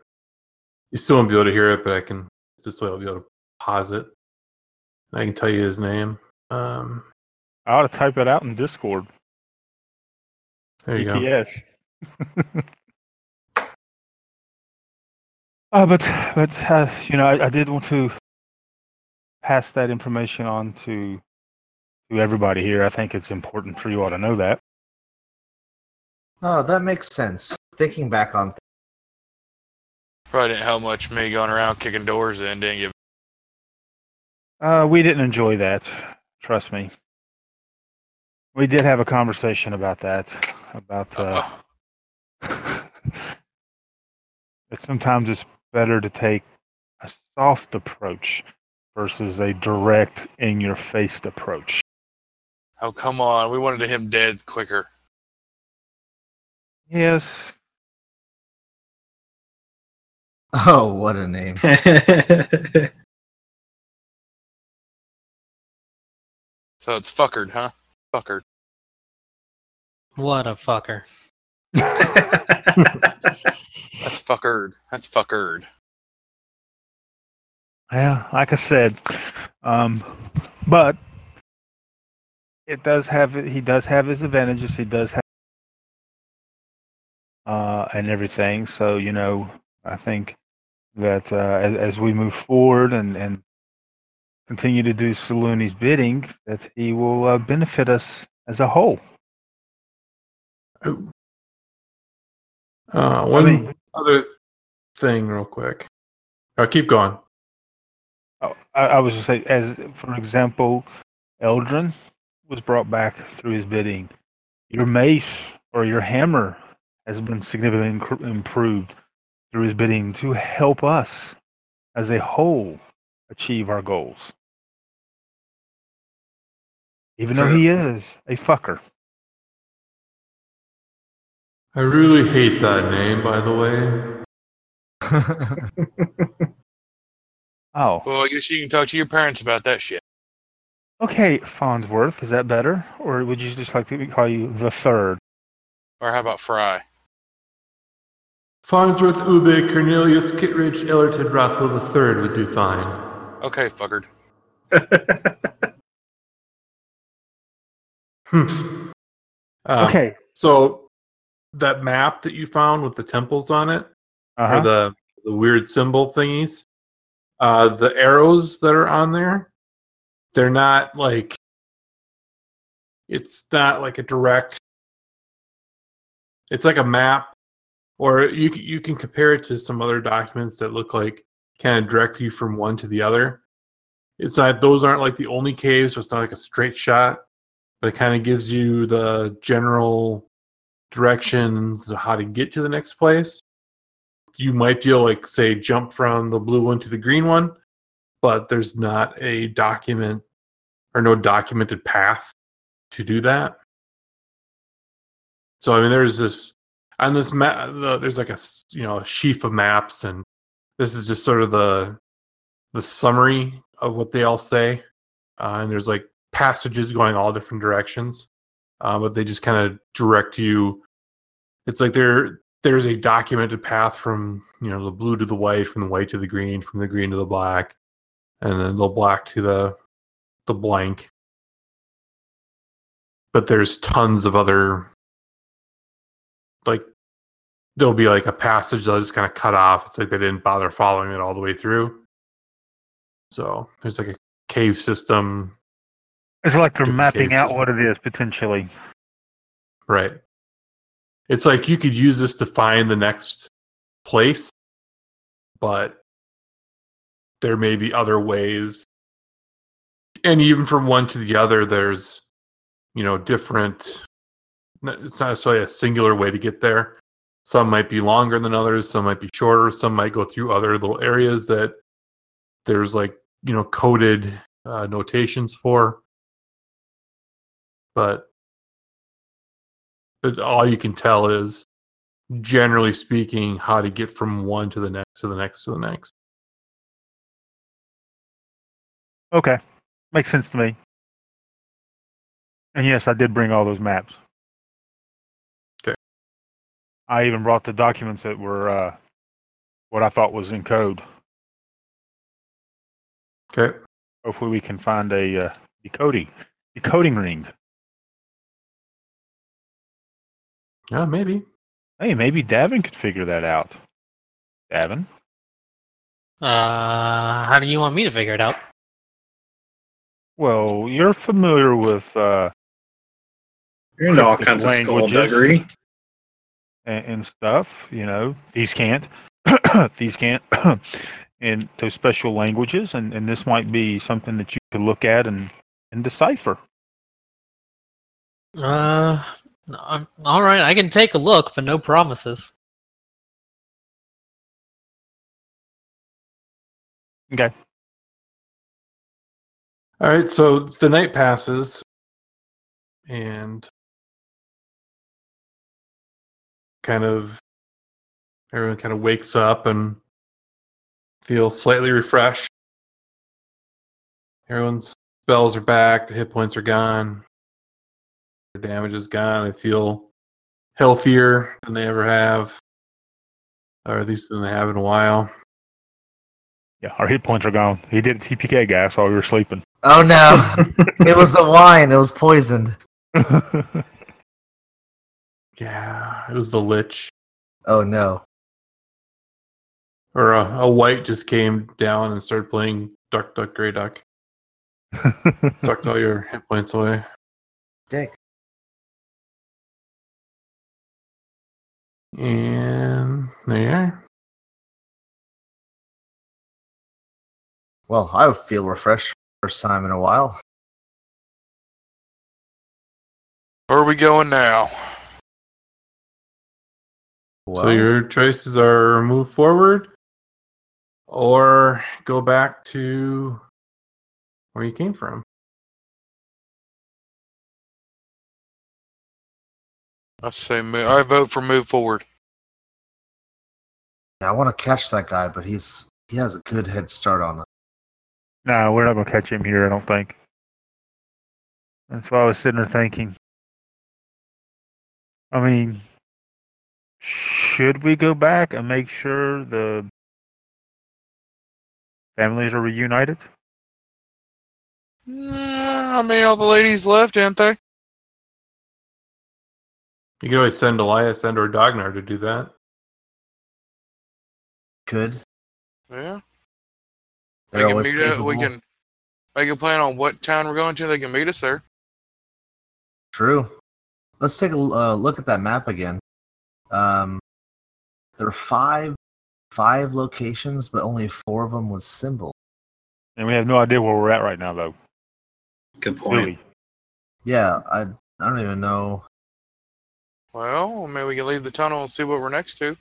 You still won't be able to hear it, but I can. This way, I'll be able to pause it. And I can tell you his name. Um,
I ought to type it out in Discord.
there
E
you go.
ETS. uh, but but uh, you know, I, I did want to pass that information on to to everybody here. I think it's important for you all to know that.
Oh, that makes sense. Thinking back on
Probably didn't help much me going around kicking doors in, didn't you?
Uh, we didn't enjoy that. Trust me. We did have a conversation about that. About uh, that sometimes it's better to take a soft approach versus a direct, in-your-face approach.
Oh, come on. We wanted him dead quicker.
Yes.
Oh, what a name.
So it's fuckered, huh? Fuckered.
what a fucker.
That's fuckered. That's fuckered.
Yeah, like I said, um, but it does have he does have his advantages. He does have uh, and everything. So you know, I think that uh, as, as we move forward and and continue to do Saluni's bidding, that he will uh, benefit us as a whole.
Uh,
I
one
mean-
other thing, real quick. Uh, keep going.
Oh, I, I was just say, as for example, Eldrin was brought back through his bidding. Your mace or your hammer has been significantly inc- improved through his bidding to help us as a whole achieve our goals. Even though he is a fucker.
I really hate that name, by the way.
Oh,
Well, I guess you can talk to your parents about that shit.
okay, Fonsworth, is that better? Or would you just like to call you the third?
Or how about Fry?
Farnsworth, Ube, Cornelius, Kittredge, Ellerton, Rothwell III would do fine.
Okay, fuckered.
Hmm. Um,
Okay.
So that map that you found with the temples on it,
Uh-huh.
or the the weird symbol thingies, uh, the arrows that are on there, they're not like it's not like a direct. It's like a map, or you c- you can compare it to some other documents that look like kind of direct you from one to the other. It's not; those aren't like the only caves, so it's not like a straight shot but it kind of gives you the general directions of how to get to the next place. You might be able, like, say, jump from the blue one to the green one, but there's not a document or no documented path to do that. So I mean, there's this on this map. The, there's like a s- you know a sheaf of maps, and this is just sort of the the summary of what they all say. Uh, and there's like passages going all different directions, uh, but they just kind of direct you. It's like there there's a documented path from you know the blue to the white, from the white to the green, from the green to the black, and then the black to the the blank. But there's tons of other like there'll be like a passage they'll just kind of cut off. It's like they didn't bother following it all the way through. So there's like a cave system,
It's like they're mapping out
cases.
what it is potentially.
right? It's like you could use this to find the next place, but there may be other ways. And even from one to the other, there's, you know, different. n- It's not necessarily a singular way to get there. Some might be longer than others. Some might be shorter. Some might go through other little areas that there's like, you know, coded uh, notations for. But but all you can tell is generally speaking how to get from one to the next to the next to the next
Okay. Makes sense to me. And yes, I did bring all those maps.
Okay.
I even brought the documents that were uh, what I thought was in code.
Okay.
Hopefully, we can find a uh, decoding decoding ring.
Yeah, maybe.
Hey, maybe Davin could figure that out. Davin,
Uh, how do you want me to figure it out?
well, you're familiar with uh,
You're into all
cryptic
kinds of
languages.
skullduggery.
and, and stuff. You know, these can't, these can't, and those special languages, and, and this might be something that you could look at and, and decipher.
Uh, no, I'm, all right, I can take a look, but no promises.
Okay.
all right so the night passes and kind of everyone kind of wakes up and feels slightly refreshed everyone's spells are back the hit points are gone their damage is gone they feel healthier than they ever have or at least than they have in a while
Yeah, our hit points are gone. He did a TPK, guys, while we were sleeping.
Oh no! it was the wine. It was poisoned.
Yeah, it was the lich.
Oh no!
Or uh, a, a white just came down and started playing Duck Duck Grey Duck. Sucked all your hit points away.
Dick.
And there you are.
Well, I feel refreshed first time in a while.
Where are we going now?
so your choices are move forward or go back to where you came from.
I say, mo- I vote for move forward.
Yeah, I want to catch that guy, but he's he has a good head start on us.
No, we're not gonna catch him here. I don't think. That's why I was sitting there thinking. I mean, should we go back and make sure the families are reunited?
Nah, I mean, all the ladies left, didn't they?
You could always send Elias and or Dagnar to do that.
Could.
Yeah.
They're
we can
always
meet up. We
capable.
can. They can plan on what town we're going to. They can meet us there.
True. Let's take a l- uh, look at that map again. Um, there are five five locations, but only four of them was symbol.
And we have no idea where we're at right now, though.
Good
point.
Yeah, I I don't even know.
Well, maybe we can leave the tunnel and see what we're next to.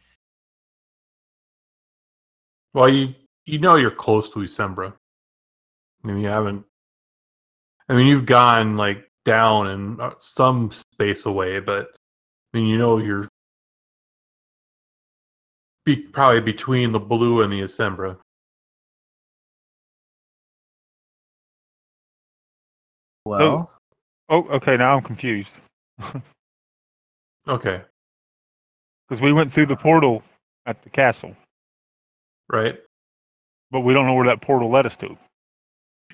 Well, you you know you're close to Isembra. I mean, you haven't. I mean, you've gone like down and uh, some space away, but I mean, you know you're be, probably between the blue and the Isembra.
Well- Oh, okay. Now I'm confused
Okay,
because we went through the portal at the castle,
right.
but we don't know where that portal led us to.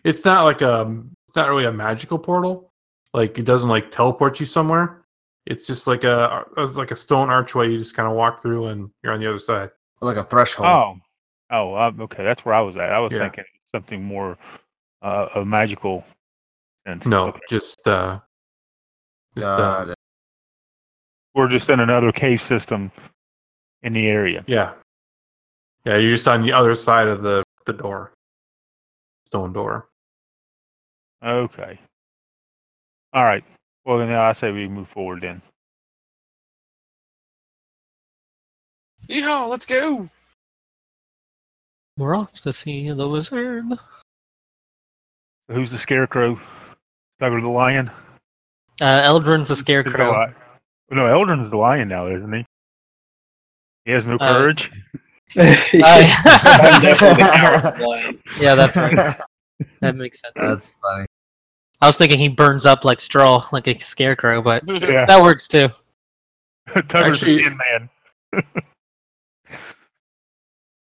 It's not like a. It's not really a magical portal. Like it doesn't like teleport you somewhere. It's just like a uh, it's like a stone archway. You just kind of walk through and you're on the other side.
Like a threshold.
Oh, oh, um, okay. That's where I was at. I was
Yeah.
thinking something more uh, a magical sense.
No,
Okay.
just uh, just
Got
uh,
we're just in another cave system in the area.
yeah, yeah. You're just on the other side of the the door, stone door.
Okay. All right. Well, then I say we move forward then.
Yeehaw! Let's go.
We're off to see the wizard.
Who's the scarecrow? Thugger the lion?
Uh, Eldrin's a scarecrow.
Well, No, Eldrin's the lion now, isn't he? He has no
Uh,
courage.
I'm
definitely the coward lion.
Oh, yeah, that's right. That makes sense.
That's funny.
I was thinking he burns up like straw, like a scarecrow, but
Yeah.
that works too.
Thugger's
Actually-
the thin man.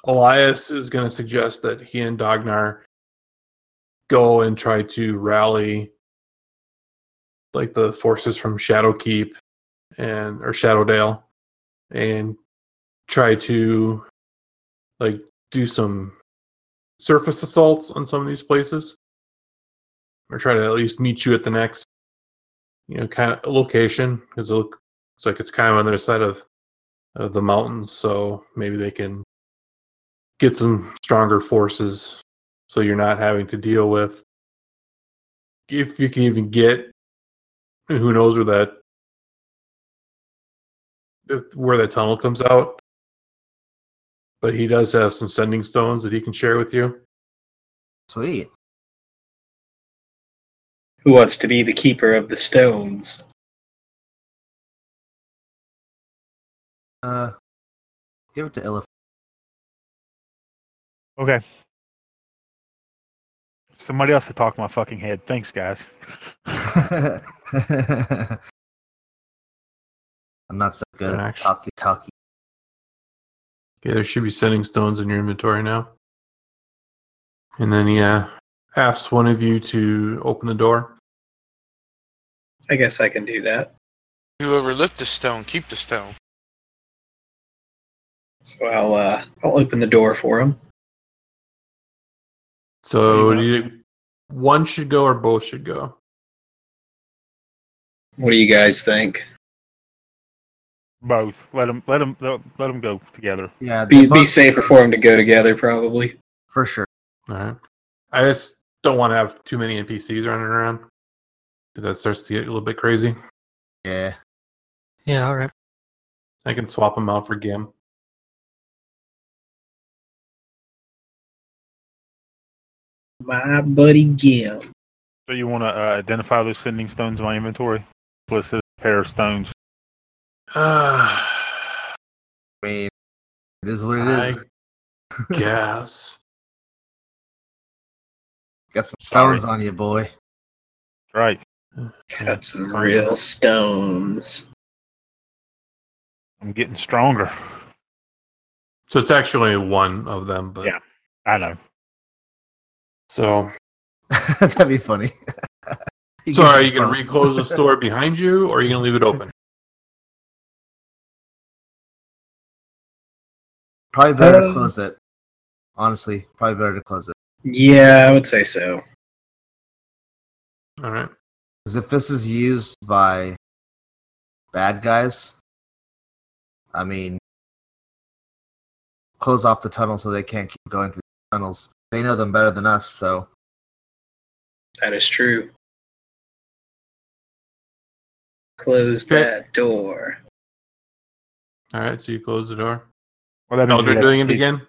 Elias is going to suggest that he and Dagnar go and try to rally like the forces from Shadowkeep and or Shadowdale and try to like do some surface assaults on some of these places or try to at least meet you at the next you know kind of location because it looks like it's kind of on the other side of, of the mountains so maybe they can get some stronger forces so you're not having to deal with if you can even get who knows where that if- where that tunnel comes out but he does have some sending stones that he can share with you
sweet
Who wants to be the keeper of the stones?
Uh, give it to Illif.
Okay. Somebody else to talk my fucking head. Thanks, guys.
I'm not so good
An
at
action.
talkie talkie.
okay there should be sending stones in your inventory now and then yeah asks one of you to open the door
I guess I can do that.
Whoever lift the stone, keep the stone.
So I'll uh, I'll open the door for him.
so do you, one should go or both should go
What do you guys think?
Both. Let them. Let them. Let them go together.
Yeah,
Be, be safer for them to go together, probably.
for sure.
All right. I just don't want to have too many NPCs running around. 'cause That starts to get a little bit crazy.
Yeah.
Yeah, all right.
I can swap him out for Gim.
My buddy Gil.
So you want to uh, identify those sending stones in my inventory? Listed a pair of stones.
I
mean, it is what it
I
is.
Gas.
Got some stars on you, boy.
Right.
Got some real stones.
I'm getting stronger.
So it's actually one of them, but
Yeah. I know.
So
That'd be funny.
so are you gonna reclose the store behind you or are you gonna leave it open?
Probably better to
Um,
close it. Honestly, probably better to close it.
Yeah, I would say so.
All right.
Because if this is used by bad guys, I mean, close off the tunnel so they can't keep going through the tunnels. They know them better than us, so
That is true. Close
Okay.
that door.
All right, so you close the door.
Well, that means you
Eldrin
have
doing it
to-
again?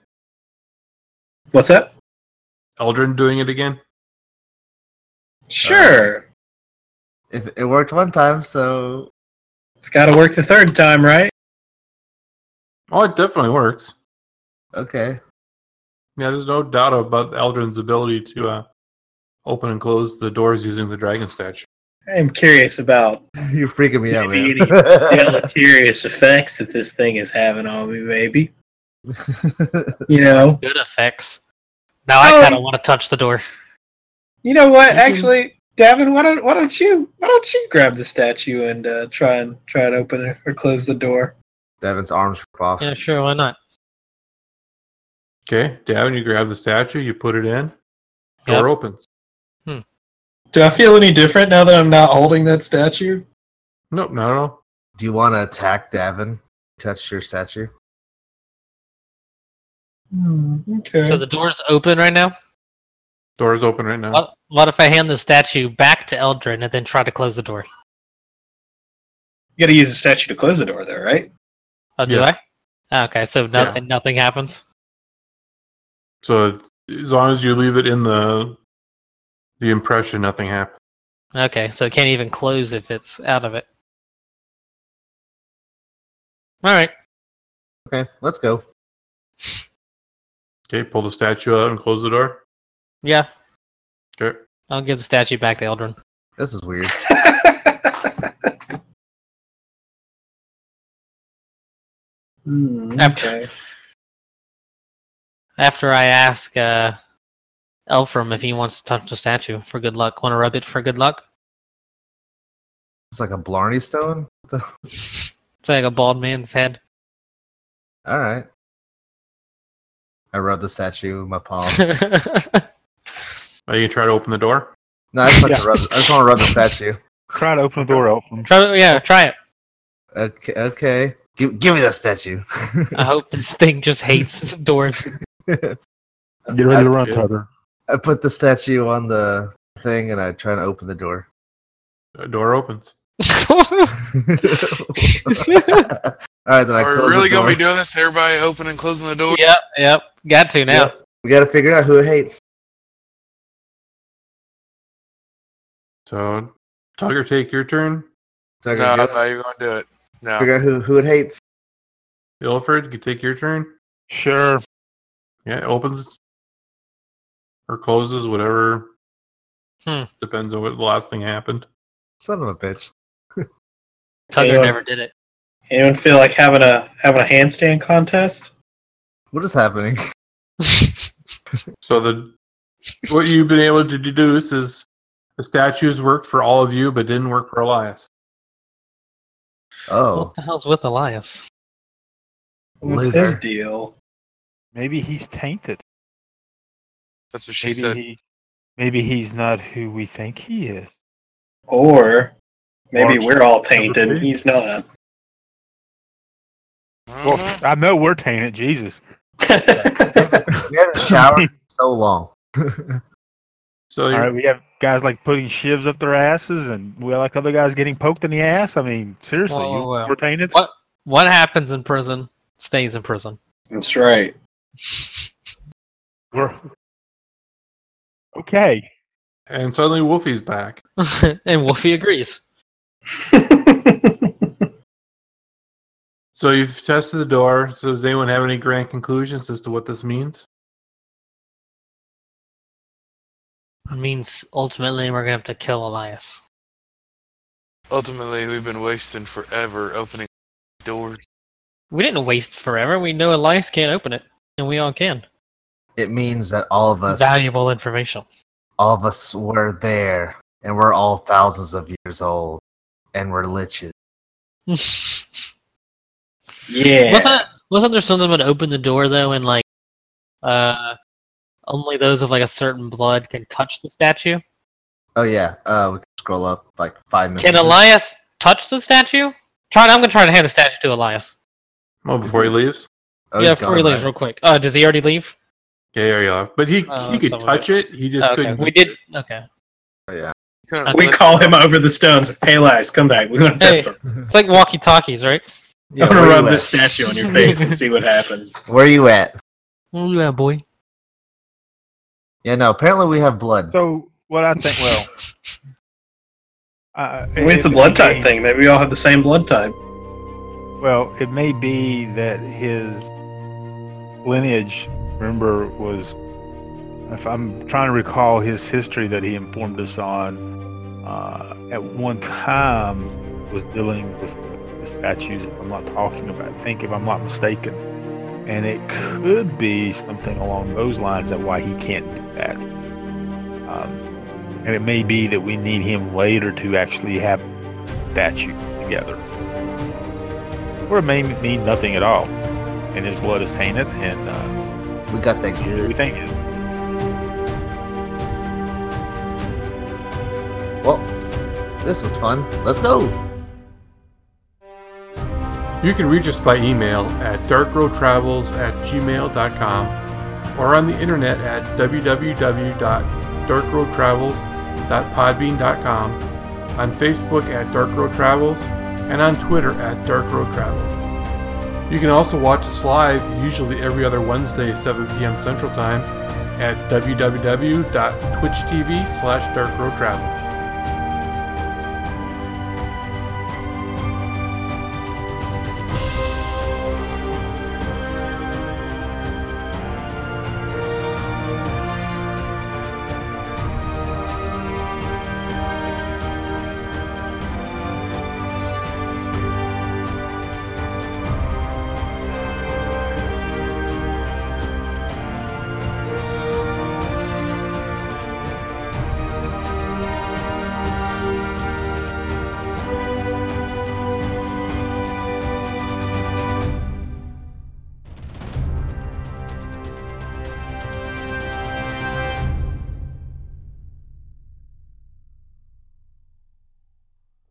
What's up?
Eldrin doing it again?
Sure.
if it worked one time, so
it's got to work the third time, right?
Oh, it definitely works.
okay.
Yeah, there's no doubt about Eldrin's ability to uh, open and close the doors using the dragon statue.
I am curious about
You're freaking me out,
maybe
man.
any deleterious effects that this thing is having on me, maybe. You know,
Good effects. Now I
Um,
kind of want to touch the door.
you know what? Actually, Davin, why don't why don't you why don't you grab the statue and uh, try and try and open it or close the door?
Devin's arms rip off.
Yeah, sure. Why not?
Okay, Davin, you grab the statue, you put it in, door opens.
Do I feel any different now that I'm not holding that statue?
Nope, not at all.
Do you want to attack Davin? Touch your statue?
Hmm, okay.
So the door's open right now.
Door's open right now.
What, what if I hand the statue back to Eldrin and then try to close the door?
You got to use the statue to close the door, though, right?
Oh, do
Yes.
I? Okay, so no,
Yeah.
nothing happens.
So as long as you leave it in the the impression, nothing happens.
Okay, so it can't even close if it's out of it. All right.
Okay, let's go.
Okay, pull the statue out and close the door.
Yeah,
Okay.
I'll give the statue back to Eldrin.
This is weird.
Hmm,
After-
okay.
After I ask uh, Elfram if he wants to touch the statue for good luck, want to rub it for good luck?
It's like a Blarney stone? What the-
It's like a bald man's head.
All right. I rub the statue with my palm.
Are you gonna try to open the door?
No, I just want to rub. I just want to rub the statue.
Try to open the door open.
try, yeah, try it.
Okay, okay. Give, give me that statue.
I hope this thing just hates doors.
Get ready to run,
Yeah.
Tutter.
I put the statue on the thing and I try to open the door.
The door opens.
All right, then I
Are
close
we
the
really
door.
gonna be doing this to everybody opening and closing the door?
yep, yep. Got to now.
we got to figure out who it hates.
So Tugger, take your turn.
So I
No,
gotta
I'm
go-
not even gonna do it. No.
Figure out who, who it hates.
Ilford, you take your turn.
Sure.
Yeah, it opens or closes, whatever.
Hmm.
Depends on what the last thing happened.
Son of a bitch.
Tugger
uh,
Yeah.
never did it.
Anyone feel like having a having a handstand contest?
What is happening?
So the what you've been able to deduce is the statues worked for all of you, but didn't work for Elias.
Oh,
What the hell's with Elias?
What's
Loser.
his deal?
Maybe he's tainted.
That's what she
Maybe
said.
he. Maybe he's not who we think he is.
Or maybe
March
we're all
three.
tainted. He's not.
I don't know.
Well, I know we're tainted. Jesus.
we haven't showered in so long.
So
All
you
right, we have guys like putting shivs up their asses, and we have like other guys getting poked in the ass. I mean, seriously,
Oh,
Whoa, whoa,
you
whoa.
were tainted.
What What happens in prison stays in prison.
That's right.
We're okay.
And suddenly Wolfie's back.
and Wolfie agrees.
So you've tested the door. So does anyone have any grand conclusions as to what this means?
It means ultimately we're gonna have to kill Elias.
Ultimately, we've been wasting forever opening doors.
We didn't waste forever. We know Elias can't open it, and we all can.
It means that all of us,
Valuable information.
all of us, were there, and we're all thousands of years old, and we're liches.
Yeah.
Wasn't wasn't there something about open the door though, and like, uh, only those of like a certain blood can touch the statue?
Oh yeah, uh, we can scroll up like five minutes.
Can Elias touch the statue? Try. I'm gonna try to hand the statue to Elias.
Well, before he leaves.
Oh,
yeah,
he's
before he
gone,
leaves,
right?
real quick. Uh, does he already leave?
Yeah, yeah, yeah. But he
Oh,
he could
some of
touch it. He just
Oh, okay.
couldn't.
We did. Okay.
Oh, yeah.
We call him over the stones. Hey, Elias, come back. We want to
Hey,
test him.
it's like walkie talkies, right?
Yeah,
I'm gonna
where you
rub this
at?
statue on your face and see what happens.
Where you at?
Oh yeah, boy.
Yeah, no. Apparently, we have blood.
So what I think, well, uh,
We went
it-
the
it
blood
may-
type thing. Maybe we all have the same blood type.
Well, it may be that his lineage, remember, was, if I'm trying to recall his history that he informed us on, uh, at one time was dealing with statues, if I'm not talking about, I think if I'm not mistaken. And it could be something along those lines that why he can't do that. Um, and it may be that we need him later to actually have statue together or it may mean nothing at all. And his blood is tainted, and uh,
We got that
we
good.
think it-
Well, this was fun. Let's go.
You can reach us by email at darkroadtravels at gmail.com or on the internet at www.darkroadtravels.podbean.com, on Facebook at Dark Road Travels, and on Twitter at Dark Road Travel. You can also watch us live, usually every other Wednesday, 7 p.m. Central Time, at www.twitch.tv slash darkroadtravels.